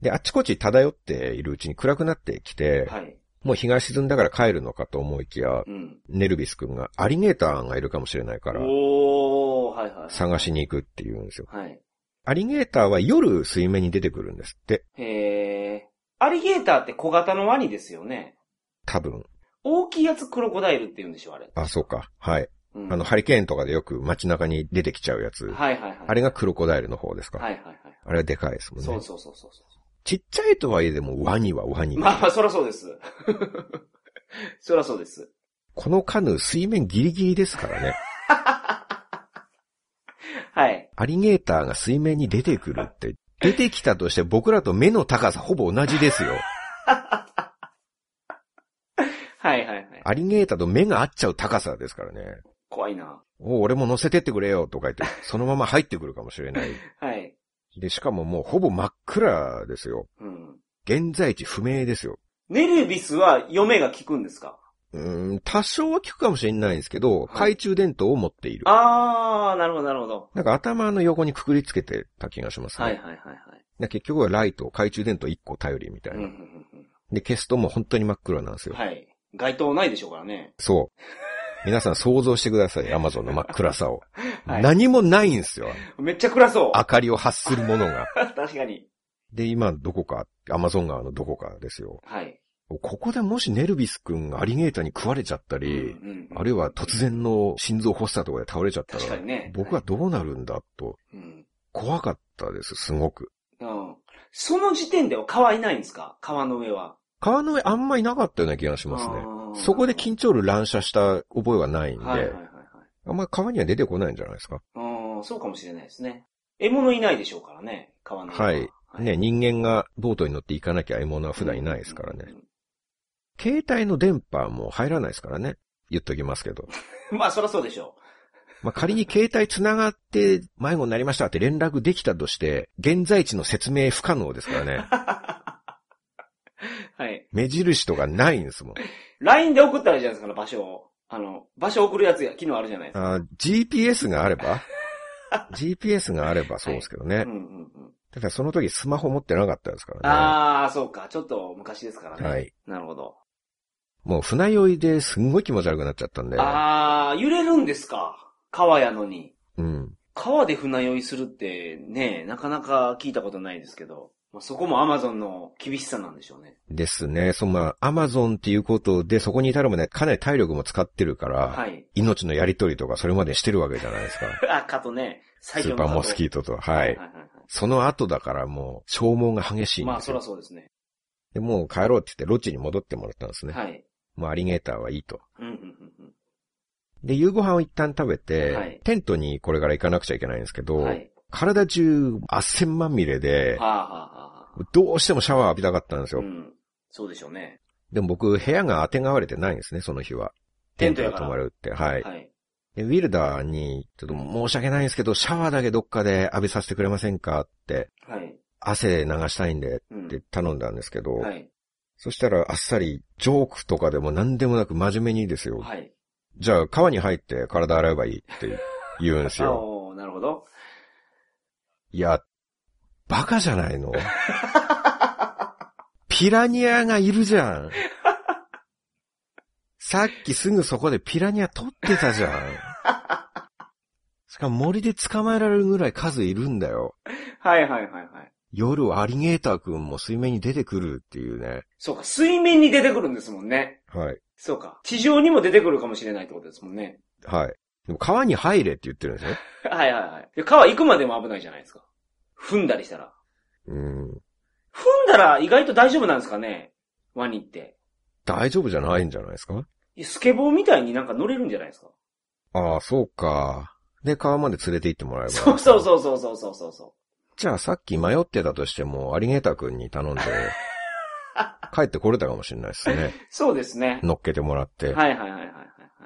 で、あっちこっち漂っているうちに暗くなってきて、
はい。
もう日が沈んだから帰るのかと思いきや、
うん。
ネルビス君がアリゲーターがいるかもしれないから、
おー、はいはい。
探しに行くって言うんですよ。
はい。
アリゲーターは夜水面に出てくるんですって、
へー。アリゲーターって小型のワニですよね。
多分。
大きいやつクロコダイルって言うんでしょ、あれ。
あ、そうか。はい。
うん
あの、ハリケーンとかでよく街中に出てきちゃうやつ。
はいはいはい。
あれがクロコダイルの方ですか。
はいはいはい。
あれはでかいですもんね。
そうそうそうそうそ
ちっちゃいとはいえでもワニはワニ
う。。まあまあ、そらそうです。 そらそうです。
このカヌー水面ギリギリですからね。
はい。
アリゲーターが水面に出てくるって、出てきたとして僕らと目の高さほぼ同じですよ。
はいはいはい。
アリゲーターと目が合っちゃう高さですからね。
怖いな。
お、俺も乗せてってくれよとか言って、そのまま入ってくるかもしれない。
はい。
で、しかももうほぼ真っ暗ですよ。
うん。
現在地不明ですよ。
ネルビスは嫁が効くんですか
うーん、多少は効くかもしれないんですけど、
はい
懐中電灯を持っている。
あー、なるほどなるほど。
なんか頭の横にくくりつけてた気がしますね。
はいはいはいはい。
で結局はライト、懐中電灯1個頼りみたい
うん
な。
うんうん
で、消すともう本当に真っ暗なんです
うん
よ。
はい。街灯ないでしょうからね。
そう。皆さん想像してください、アマゾンの真っ暗さを。
はい
何もないんですよ。
めっちゃ暗そう。
明かりを発するものが。
確かに。
で、今どこか、アマゾン川のどこかですよ。
はい。
ここでもしネルビス君がアリゲーターに食われちゃったり、
うんうん
あるいは突然の心臓発作とかで倒れちゃった、
確からにね。
僕はどうなるんだと、
うん。
怖かったです、すごく。
うん。その時点では川いないんですか川の上は。
川の上あんまいなかったような気がしますね。
あー
そこで緊張る乱射した覚えはないんで、
はいはいはいはい。
あんま川には出てこないんじゃないですか。
うん、そうかもしれないですね。獲物いないでしょうからね、川の上
はい。ね、人間がボートに乗って行かなきゃ獲物は普段いないですからね。。携帯の電波も入らないですからね。言っときますけど。
うんまあ、そりゃそうでしょ
まあ、仮に携帯繋がって迷子になりましたって連絡できたとして、現在地の説明不可能ですからね。
う。はい。
目印とかないんですもん。
LINE で送ったらいいじゃないですか、場所を。あの、場所送るやつや、機能あるじゃないですか。
あー GPS があれば ?GPS があればそうですけどね。
うんうんうん。
ただその時スマホ持ってなかったですからね。
あー、そうか。ちょっと昔ですからね。
はい。
なるほど。
もう船酔いですんごい気持ち悪くなっちゃったんで。
あー、揺れるんですか川やのに。
うん。
川で船酔いするってね、なかなか聞いたことないですけど、まあ、そこもアマゾンの厳しさなんでしょうね。
ですね。そのまあ、アマゾンっていうことで、そこに至るまでかなり体力も使ってるから、
はい。
命のやりとりとかそれまでしてるわけじゃないですか。
あ、かとね、最
ス
強
ー
の
パ
加
ー
藤
モスキートと。は
はいは。い
い
はい
その後だからもう消耗が激しいん
まあ、
です
そ
よ。
らそうですね。
で、もう帰ろうって言ってロッジに戻ってもらったんですね。
はい。
もうアリゲーターはいいと。
うん、うん、うん
で、夕ご飯を一旦食べて、
はい
テントにこれから行かなくちゃいけないんですけど、
うん。はい。
体中汗まみれで、
はあ、はあはあは
どうしてもシャワー浴びたかったんです
あ、う
よ。
ん。そうでしょうね。
でも僕、部屋が当てがわれてないんですね、その日は。
テ
テ
ン
ン
ト
ト
や
が
から
泊まるって、はい。
はい。
で、ウィルダーに、ちょっと申し訳ないんですけど、シャワーだけどっかで浴びさせてくれませんかって、
はい。
汗流したいんでっ
うん。
て頼んだんですけど、
はい。
そしたらあっさり、ジョークとかでも何でもなく真面目にですよ。
はい。
じゃあ川に入って体洗えばいいって言うんで す
あ
よ。
おーなるほど。
いや、バカじゃないの ピラニアがいるじゃん。さっきすぐそこでピラニア取ってたじゃん。しかも森で捕まえられるぐらい数いるんだよ。
はいはいはいはい。
夜アリゲーターくんも水面に出てくるっていうね。
そうか、水面に出てくるんですもんね。
はい。
そうか。地上にも出てくるかもしれないってことですもんね。
はい。でも川に入れって言ってるんですね。
はいはいはい。で川行くまでも危ないじゃないですか。踏んだりしたら。
うん。
踏んだら意外と大丈夫なんですかねワニって。
大丈夫じゃないんじゃないですか
いやスケボーみたいになんか乗れるんじゃないですか
ああ、そうか。で、川まで連れて行ってもらえば。
そうそうそうそうそうそうそうそ
じゃあさっき迷ってたとしても、アリゲーター君に頼 んで、帰ってこれたかもしれないですね
う。。そうですね。
乗っけてもらって。
はいはいはいはいはい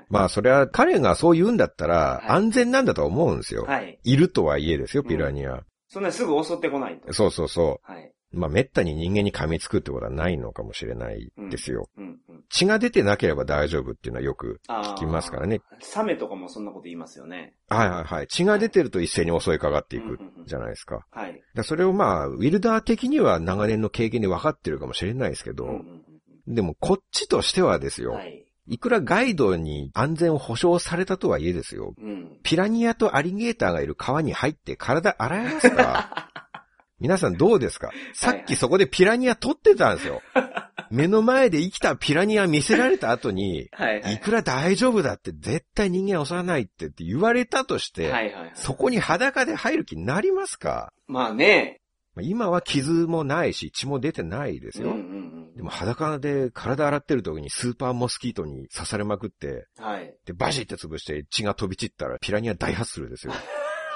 まあ、それは彼がそう言うんだったら、
はい
安全なんだと思うんですよ。
はい。はい。
い、るとはいえですよ、ピラニア。
そんなすぐ襲ってこないと。
そうそうそ
はい。
う。まあ、めったに人間に噛みつくってことはないのかもしれないですよ。
うんうん。
血が出てなければ大丈夫っていうのはよく
あー
聞きますからね。
サメとかもそんなこと言いますよね。
はいはいはい。血が出てると一斉に襲いかかっていくじゃないですか。
はい。
だからそれをまあ、ウィルダー的には長年の経験で分かってるかもしれないですけど、
うんうん
でもこっちとしてはです
うん
よ、
はい。
い、くらガイドに安全を保証されたとはいえですよ、
うん。
ピラニアとアリゲーターがいる川に入って体洗えま すか皆さんどうですかさっきそこでピラニア取ってたんですよ。目の前で生きたピラニア見せられた後に、
はいはい
い。くら大丈夫だって絶対人間は襲わないってって言われたとして、
はいはいはい。
そこに裸で入る気になりますか
まあね。
まあ今は傷もないし、血も出てないです
うんう
よ。
んうん。
でも裸で体洗ってる時にスーパーモスキートに刺されまくって、
はい。
で、バシって潰して血が飛び散ったらピラニア大ハッスルですよ。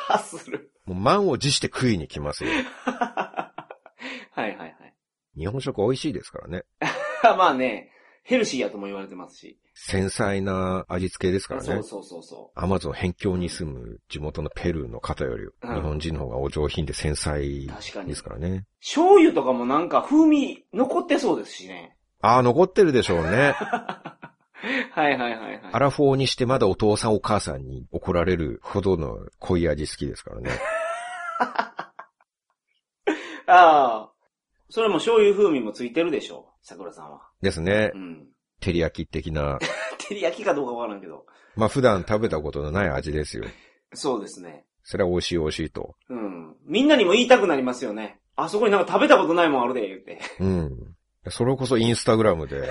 ハッスル。
もう満を持して食いに来ますよ。
はいはいはい。
日本食美味しいですからね。
まあね、ヘルシーやとも言われてますし。
繊細な味付けですから
そ
ね
う。そうそうそ
アマゾン辺境に住む地元のペルーの方より、
うん
日本人の方がお上品で繊細
う。確かに
です。からね。
醤油とかもなんか風味残ってそうですしね。
ああ、残ってるでしょうね。
はいはいはいはい。
アラフォーにしてまだお父さんお母さんに怒られるほどの濃い味好きですからね。
ああ。それも醤油風味もついてるでしょう。桜さんは。
ですね
う。ん。
照り焼き的な。
照り焼きかどうかわからんけど。
まあ普段食べたことのない味ですよ。
そうですね。
それは美味しい美味しいと。
うん。みんなにも言いたくなりますよね。あそこになんか食べたことないもんあるで、言って。
うん。それこそインスタグラム で、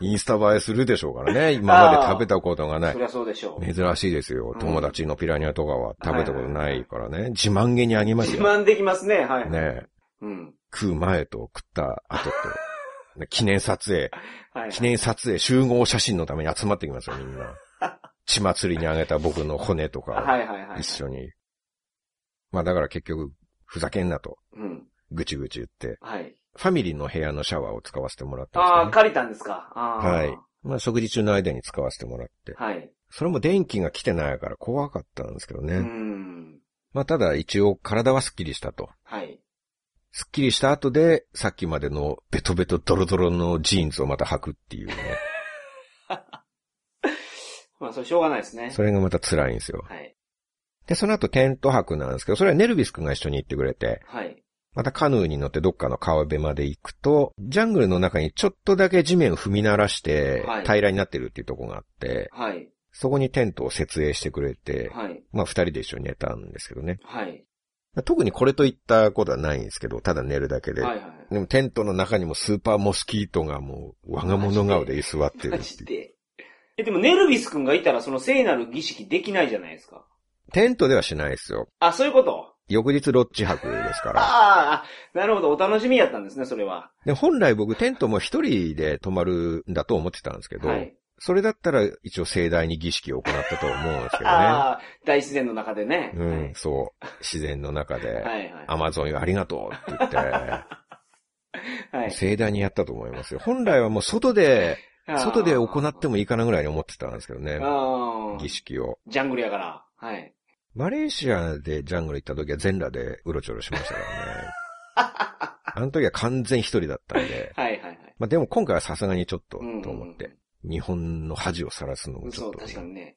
インスタ映えするでしょうからね。今まで食べたことがな
そ
い。
りゃそうでしょう。
珍しいですよ
う。ん
友達のピラニアとかは食べたことないからね。自慢げにあげます
自
よ。
慢できますね、はい。
ね
うん。
食う前と食った後と。ね記念撮影。
はい。
記念撮影、集合写真のために集まってきますよ、みん な。血祭りにあげた僕の骨と
は
か、
いはいはい
一。緒に。まあだから結局、ふざけんなと、
うん。
ぐちぐち言って、
はい。
ファミリーの部屋のシャワーを使わせてもらったんです
あ
よ
あ、
ね、
借りたんですか。ああ。
はい。まあ食事中の間に使わせてもらって。
はい。
それも電気が来てないから怖かったんですけどね。
うん。
まあただ一応体はスッキリしたと。
はい。
スッキリした後で、さっきまでのベトベトドロドロのジーンズをまた履くっていう ね。
まあ、それしょうがないですね。
それがまた辛いんですよ。
はい。
で、その後テント泊なんですけど、それはネルビス君が一緒に行ってくれて、
はい。
またカヌーに乗ってどっかの川辺まで行くと、ジャングルの中にちょっとだけ地面を踏み鳴らして
はい、
平らになってるっていうとこがあって、
はい。
そこにテントを設営してくれて、
はい。
まあ二人で一緒に寝たんですけどね。
はい。
特にこれといったことはないんですけど、ただ寝るだけで。
はいはい。
でもテントの中にもスーパーモスキートがもう我が物顔で居座ってる
マ
って
ジ
いう。
で。え、でも、ネルビス君がいたら、その聖なる儀式できないじゃないですか。
テントではしないですよ。
あ、そういうこと
翌日ロッジ泊ですから。
ああ、なるほど。お楽しみやったんですね、それは。
で、本来僕テントも一人で泊まるんだと思ってたんですけど、
はい。
それだったら一応盛大に儀式を行ったと思うんですけど
ああ、大自然の中でね。
ね。うん、そう。自然の中で、
はい。はいはい。
アマゾンよありがとうって言って、
はい。
盛大にやったと思いますよ。本来はもう外で、外で行って
も
もいいかなぐらいに思ってたんですけどね。
ああ。
儀式を。
ジャングルやから。はい。
マレーシアでジャングル行った時は全裸でうろちょろしましたからね。あの時は完全一人だったんで。
はいはいはい。
まあでも今回はさすがにちょっと、と
うんうんうん
思って。日本の恥をさらすのもち
そ
ょっ
う、
と。
確かにね。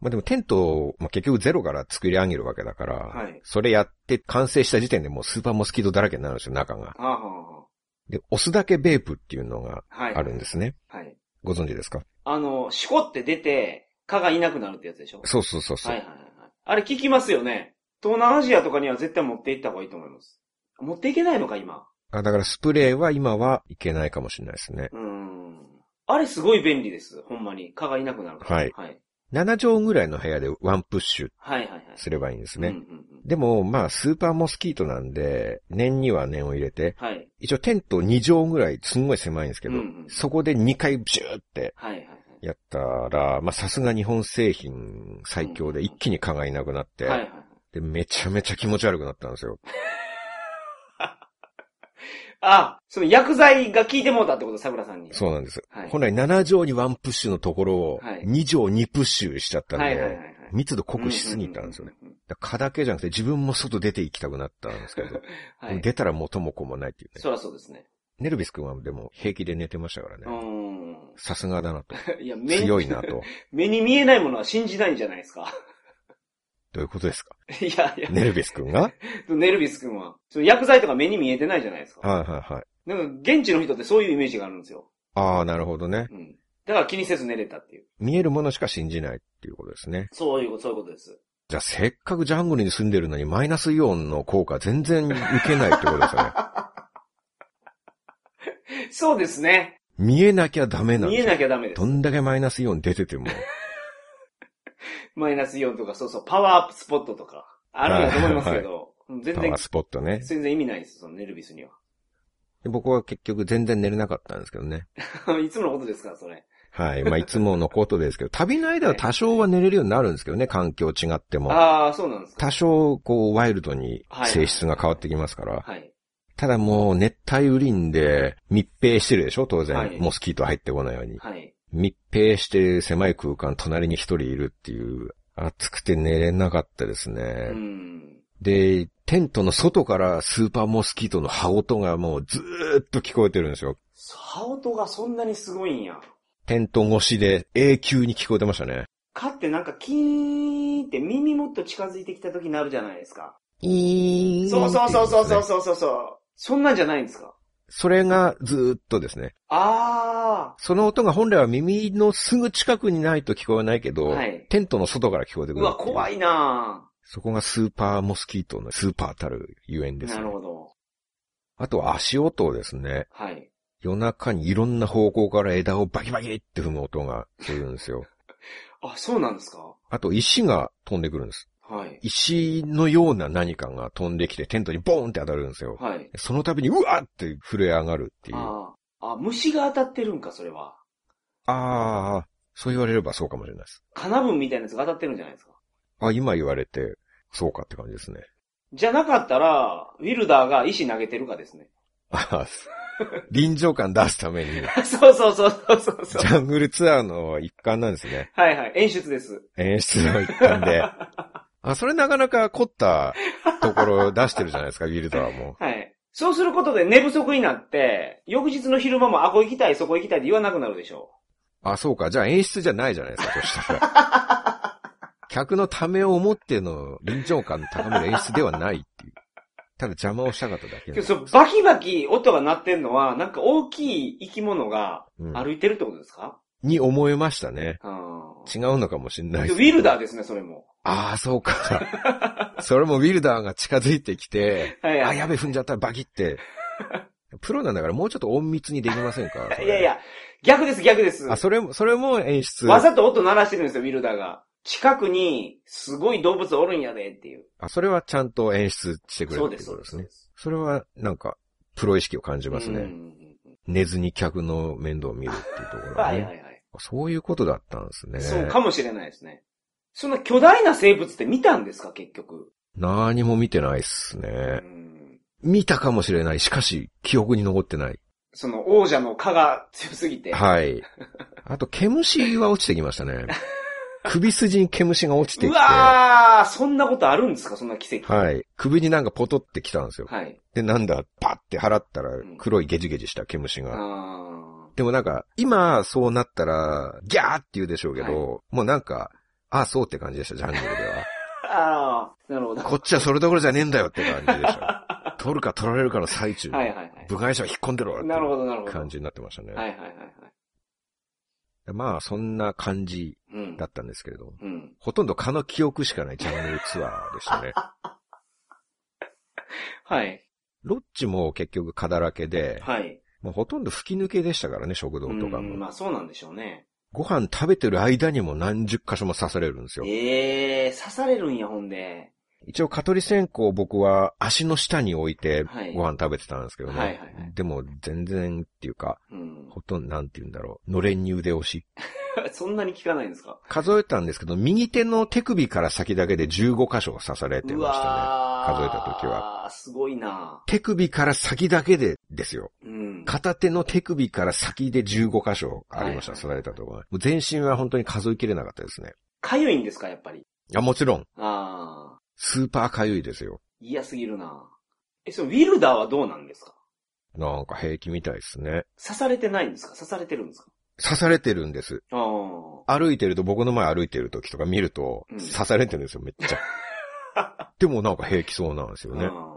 まあでもテントを、まあ、結局ゼロから作り上げるわけだから、
はい
それやって完成した時点でもうスーパーモスキートだらけになるんですよ、中が。
はあはあは
で、オスだけベープっていうのが
あ。はい。
あるんですね。
はい。
ご存知ですか
あの、しこって出て、蚊がいなくなるってやつでしょ
そうそうそうそう、
はいはいはいはい。あれ聞きますよね。東南アジアとかには絶対持って行った方がいいと思います。持っていけないのか、今。
あ。だからスプレーは今はいけないかもしれないですね。
うーん。あれすごい便利です。ほんまに。蚊がいなくなるから。
はい
はい。
7畳ぐらいの部屋でワンプッシュ
はいはいはい。
すればいいんです
うん
ね
う。んうん
でも、まあ、スーパーモスキートなんで、念には念を入れて、
はい。
一応テント2畳ぐらいすんごい狭いんですけど、
うんうん
そこで2回ブシューって
はいはいはい。
やったら、まあ、さすが日本製品最強で一気に蚊がいなくなって、
はいはいはい。
で、めちゃめちゃ気持ち悪くなったんですよ。
あ、その薬剤が効いてもうたってこと、桜さんに。
そうなんです。
はい
本来7畳にワンプッシュのところを
はい
2畳2プッシュしちゃったん
はいはいはい
で
はい、
密度濃くしすぎたんですよね。
うんうんうん
だから蚊だけじゃなくて自分も外出て行きたくなったんですけど、
うん。
で
は
も
い。
出たら元も子もないっていうね。
そらそうですね。
ネルビス君はでも平気で寝てましたから
う
ね。
ー
さすがだなと。
ん。 いや、目に
強いなと。
目に見えないものは信じないんじゃないですか。
どういうことですか
いやいや、
ネルビス君がはい
ネルビス君は。その薬剤とか目に見えてないじゃないですか。
はいはい。
なんか、現地の人ってそういうイメージがあるんですよ。
ああ、なるほどね。
うん。だから気にせず寝れたっていう。
見えるものしか信じないっていうことですね。
そういうこと、そういうことです。
じゃあせっかくジャングルに住んでるのにマイナスイオンの効果全然受けないってことですよ ね。
そうですね。
見えなきゃダメなん
見え
ですよ。
なきゃダメです
ど。んだけマイナスイオン出て ても。
マイナスイオンとか、そうそう、パワーアップスポットとか、あるんだと思いますけど、うん全
パ
然
ワー、スポットね。
全然意味ないです、そのネルビスには。
で僕は結局全然寝れなかったんですけどね。
いつものことですから、それ。
はい。まあ、いつものことですけど、旅の間は多少は寝れるようになるんですけどね、環境違っても。
ああ、そうなんですか。
多少、こう、ワイルドに性質が変わってきますから。
はい。
ただもう、熱帯雨林で密閉してるでしょ当然、
はい
モスキート入ってこないように。
はい。
密閉してる狭い空間、隣に一人いるっていう、暑くて寝れなかったですね。
うん。
で、テントの外からスーパーモスキートの羽音がもうずーっと聞こえてるんですよ。
羽音がそんなにすごいんや。
テント越しで永久に聞こえてましたね。
かってなんかキーンって耳もっと近づいてきた時になるじゃないですか。
い
そうそうそうそうそうそうそうそう。そんなんじゃないんですか
それがずーっとですね。
あ
その音が本来は耳のすぐ近くにないと聞こえないけど、
はい
テントの外から聞こえて
あ。
くる。
うわ、怖。いな
そこがスーパーモスキートのスーパーたるゆえん
ぁ。
です、
なる
ね。
ほど。
あとは足音ですね。
はい。
夜中にいろんな方向から枝をバキバキって踏む音がするんですよ。
あ、そうなんですか
あと石が飛んでくるんです。
はい。
石のような何かが飛んできてテントにボーンって当たるんですよ。
はい。
その度にうわーって震え上がるっていう。あ
ああ。あ、虫が当たってるんか、それは。
あー、そう言われればそうかもしれないです。
金分みたいなやつが当たってるんじゃないですか。
あ、今言われて、そうかって感じですね。
じゃなかったら、ウィルダーが石投げてるかですね。
あーす臨場感出すために、
そうそうそうそうそうそ
ジ
う。
ャングルツアーの一環なんですね。
はいはい。演出です。
演出の一環 で。あ、それなかなか凝ったところ出してるじゃないですか、ビルドはも
はい。そうすることで寝不足になって、翌日の昼間もあ、ここ行きたい、そこ行きたいって言わなくなるでしょ
う。あ、そうか。じゃあ演出じゃないじゃないですか、そしたら。 客のためを思っての臨場感の高める演出ではないっていう。ただ邪魔をしたかっただけ
う。
なん
け
で
ど
す
そのバキバキ音が鳴ってんのは、なんか大きい生き物が
うん
歩いてるってことですか、
に思えましたね。
うん、
違うのかもしれない
ウ
です。
ィルダーですね、それも。
ああ、そうか。それもウィルダーが近づいて きて、
はい
あ、
はい。
やべ、踏んじゃった、バキって。プロなんだからもうちょっと隠密にできませんか
いやい。や、逆です、逆です
それ。あ、それも、それも演出。
わざと音鳴らしてるんですよ、ウィルダーが。近くに、すごい動物おるんやで、っていう。
あ、それはちゃんと演出してくれ
そ
る
う
って
です、
こ
そう
とで
ですす。
ね。それは、なんか、プロ意識を感じます
うんうん
ね。
うんうん
寝ずに客の面倒を見るっていうところは
はいは
ね。
いはい。
そういうことだったんですね。
そうかもしれないですね。そんな巨大な生物って見たんですか、結局。
何も見てないっす
う
ね。
ん
見たかもしれない。しかし、記憶に残ってない。
その王者の蚊が強すぎて。
はい。あと、毛虫は落ちてきましたね。首筋に毛虫が落ちて
う
きて、は
わー、そんなことあるんですかそんな奇跡。
い。首になんかポトってきたんですよ。
はい。
で、なんだ、パッて払ったら
ん
黒いゲジゲジした毛虫
あ
が。
ー
でもなんか、今そうなったら、ギャーって言うでしょうけど、もうなんか、ああ、そうって感じでした、ジャングルで
あー、なるほど。
は。こっ ちはそれどころじゃねえんだよって感じで した。取るか取られるかの最中、
はいはいはい。
部外者を引っ込んでろって
なるほ
い
ど、なる
う
ほど。
感じになってましたね。
はいはいはいはい。
でまあ、そんな感じ
うん
だ。ったんですけれども、
うん。
ほとんど蚊の記憶しかないジャングルツアーでし たね。
はい。
ロッチも結局蚊だらけで、
はい。
もうほとんど吹き抜けでしたからね、食堂とか
うん
も。
まあそうなんでしょうね。
ご飯食べてる間にも何十箇所も刺されるんですよ。
ええー、刺されるんや、ほんで。
一応、蚊取り線香を僕は足の下に置いて
はい
ご飯食べてたんですけどね。
はいはいはい
でも、全然っていうか、
うん。
ほとんど、なんて言うんだろう。のれんに腕押し。
そんなに効かないんですか
数えたんですけど、右手の手首から先だけで15箇所刺されて
う
ましたね。
わー
数えた時は。
すごいな
手首から先だけでですよ。
うん。
片手の手首から先で15箇所ありました、
はい
刺されたところ。もう全身は本当に数えきれなかったですね。
かゆいんですか、やっぱり。
いや、もちろん、
ああ。
スーパーかゆいですよ。
嫌すぎるなえ、その、ウィルダーはどうなんですか
なんか平気みたいですね。
刺されてないんですか刺されてるんですか
刺されてるんです。
ああ。
歩いてると、僕の前歩いてる時とか見ると、
うん
刺されてるんですよ、めっち ゃ。でもなんか平気そうなんですよね。
あ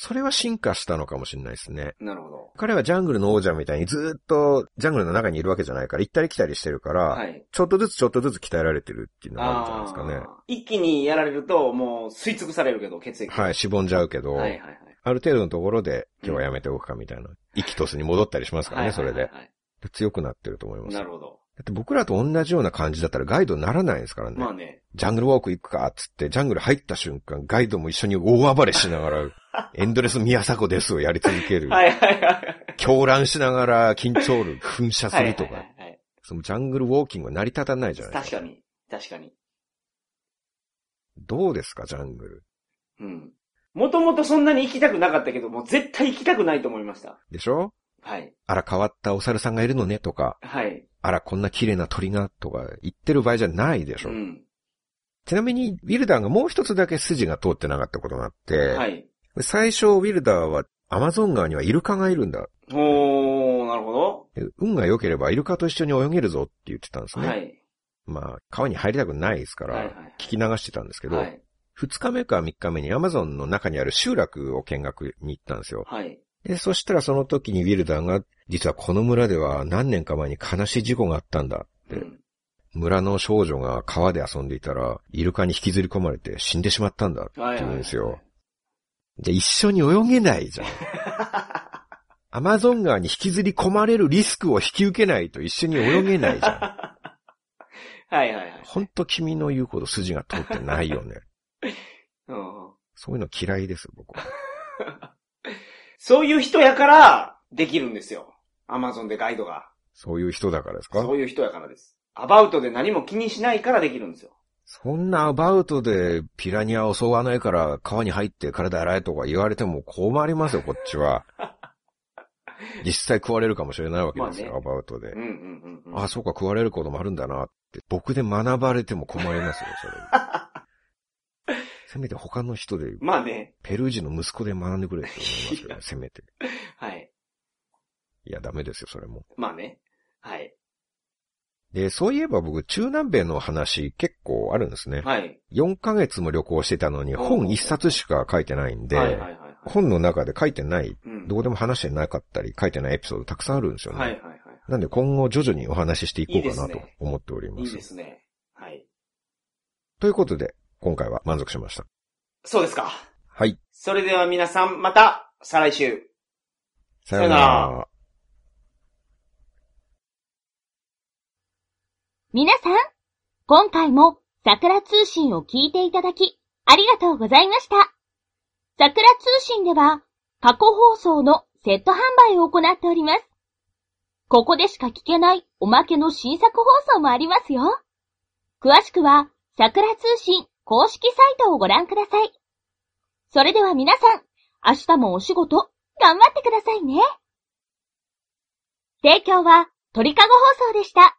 それは進化したのかもしれないですね。
ーなるほど。
彼はジャングルの王者みたいにずーっとジャングルの中にいるわけじゃないから、行ったり来たりしてるから、
はい。
ちょっとずつちょっとずつ鍛えられてるっていうのがあるんじゃないですかね。
あー一気にやられると、もう、吸い尽くされるけど、血液。
はい、しぼんじゃうけど、
はいはいはい。
ある程度のところで今日はやめておくかみたいな。息とすに戻ったりしますからね、それ
はい
で
は。いはい
で強くなってると思い
は
ま
い。
す。
な
だ
るほど。
って僕らと同じような感じだったらガイドにならないですからね。
まあね。
ジャングルウォーク行くかっつって、ジャングル入った瞬間、ガイドも一緒に大暴れしながら、エンドレス宮迫ですをやり続ける。
はいはいはい。
狂乱しながら緊張力噴射するとか、
はいはいはいはい
そのジャングルウォーキングは成り立たないじゃないです
確
か。
かに。確かに。
どうですか、ジャングル。
うん。もともとそんなに行きたくなかったけど、もう絶対行きたくないと思いました。
でしょ
はい。
あら、変わったお猿さんがいるのねとか、
はい。
あら、こんな綺麗な鳥がとか言ってる場合じゃないでし
う
ょ。
ん。
ちなみに、ウィルダーがもう一つだけ筋が通ってなかったことがあって、
はい。
最初、ウィルダーはアマゾン川にはイルカがいるんだ。
おー、なるほど。
で運が良ければイルカと一緒に泳げるぞって言ってたんですね。
はい。
まあ、川に入りたくないですか
はい
ら
はいはい、
聞き流してたんですけど、二、
はい。
日目か三日目にアマゾンの中にある集落を見学に行ったんですよ。
はい。
で、そしたらその時にウィルダーが、実はこの村では何年か前に悲しい事故があったんだっ
う
て、
ん。
村の少女が川で遊んでいたら、イルカに引きずり込まれて死んでしまったんだって
はいはい
言
は
う
い
んで すよ。じゃあ一緒に泳げないじゃん。アマゾン川に引きずり込まれるリスクを引き受けないと一緒に泳げないじゃん。
はいはいはい。
ほんと君の言うこと筋が通ってないよね。
うん
そういうの嫌いです、僕は。
そういう人やから、できるんですよ。アマゾンでガイドが。
そういう人だからですか
そ
そう
いう人やからです。アバウトで何も気にしないからできるんですよ。
んなアバウトでピラニアを襲わないから川に入って体洗えとか言われても困りますよ、こっち は。実際食われるかもしれないわけですよ、
まあ
アバウトで
うん。うんうんうん。
あそうか、食われることもあるんだなって。僕で学ばれても困りますよ、それ。 せめて他の人で、
まあね。
ペルー人の息子で学んでくれって思い ますけどね、せめて。
はい。
いや、ダメですよ、それも。
まあね。はい。
で、そういえば僕、中南米の話結構あるんですね。
はい。
4ヶ月も旅行してたのに、
おう
本1冊しか書いてないんで、
はいはいはいはい。
本の中で書いてない、
うん
どこでも話してなかったり、書いてないエピソードたくさんあるんですよね。
はいはいはい。
なんで今後徐々にお話ししていこうかない
いです
と
ね
思っております。
いいですね。はい。
ということで、今回は満足しました。
そうですか。
はい。
それでは皆さん、また、再来週。
さ
よ
よ
な
な
ら
ら。
皆さん、今回も桜通信を聞いていただき、ありがとうございました。桜通信では、過去放送のセット販売を行っております。ここでしか聞けないおまけの新作放送もありますよ。詳しくは、桜通信公式サイトをご覧ください。それでは皆さん、明日もお仕事、頑張ってくださいね。提供は、鳥かご放送でした。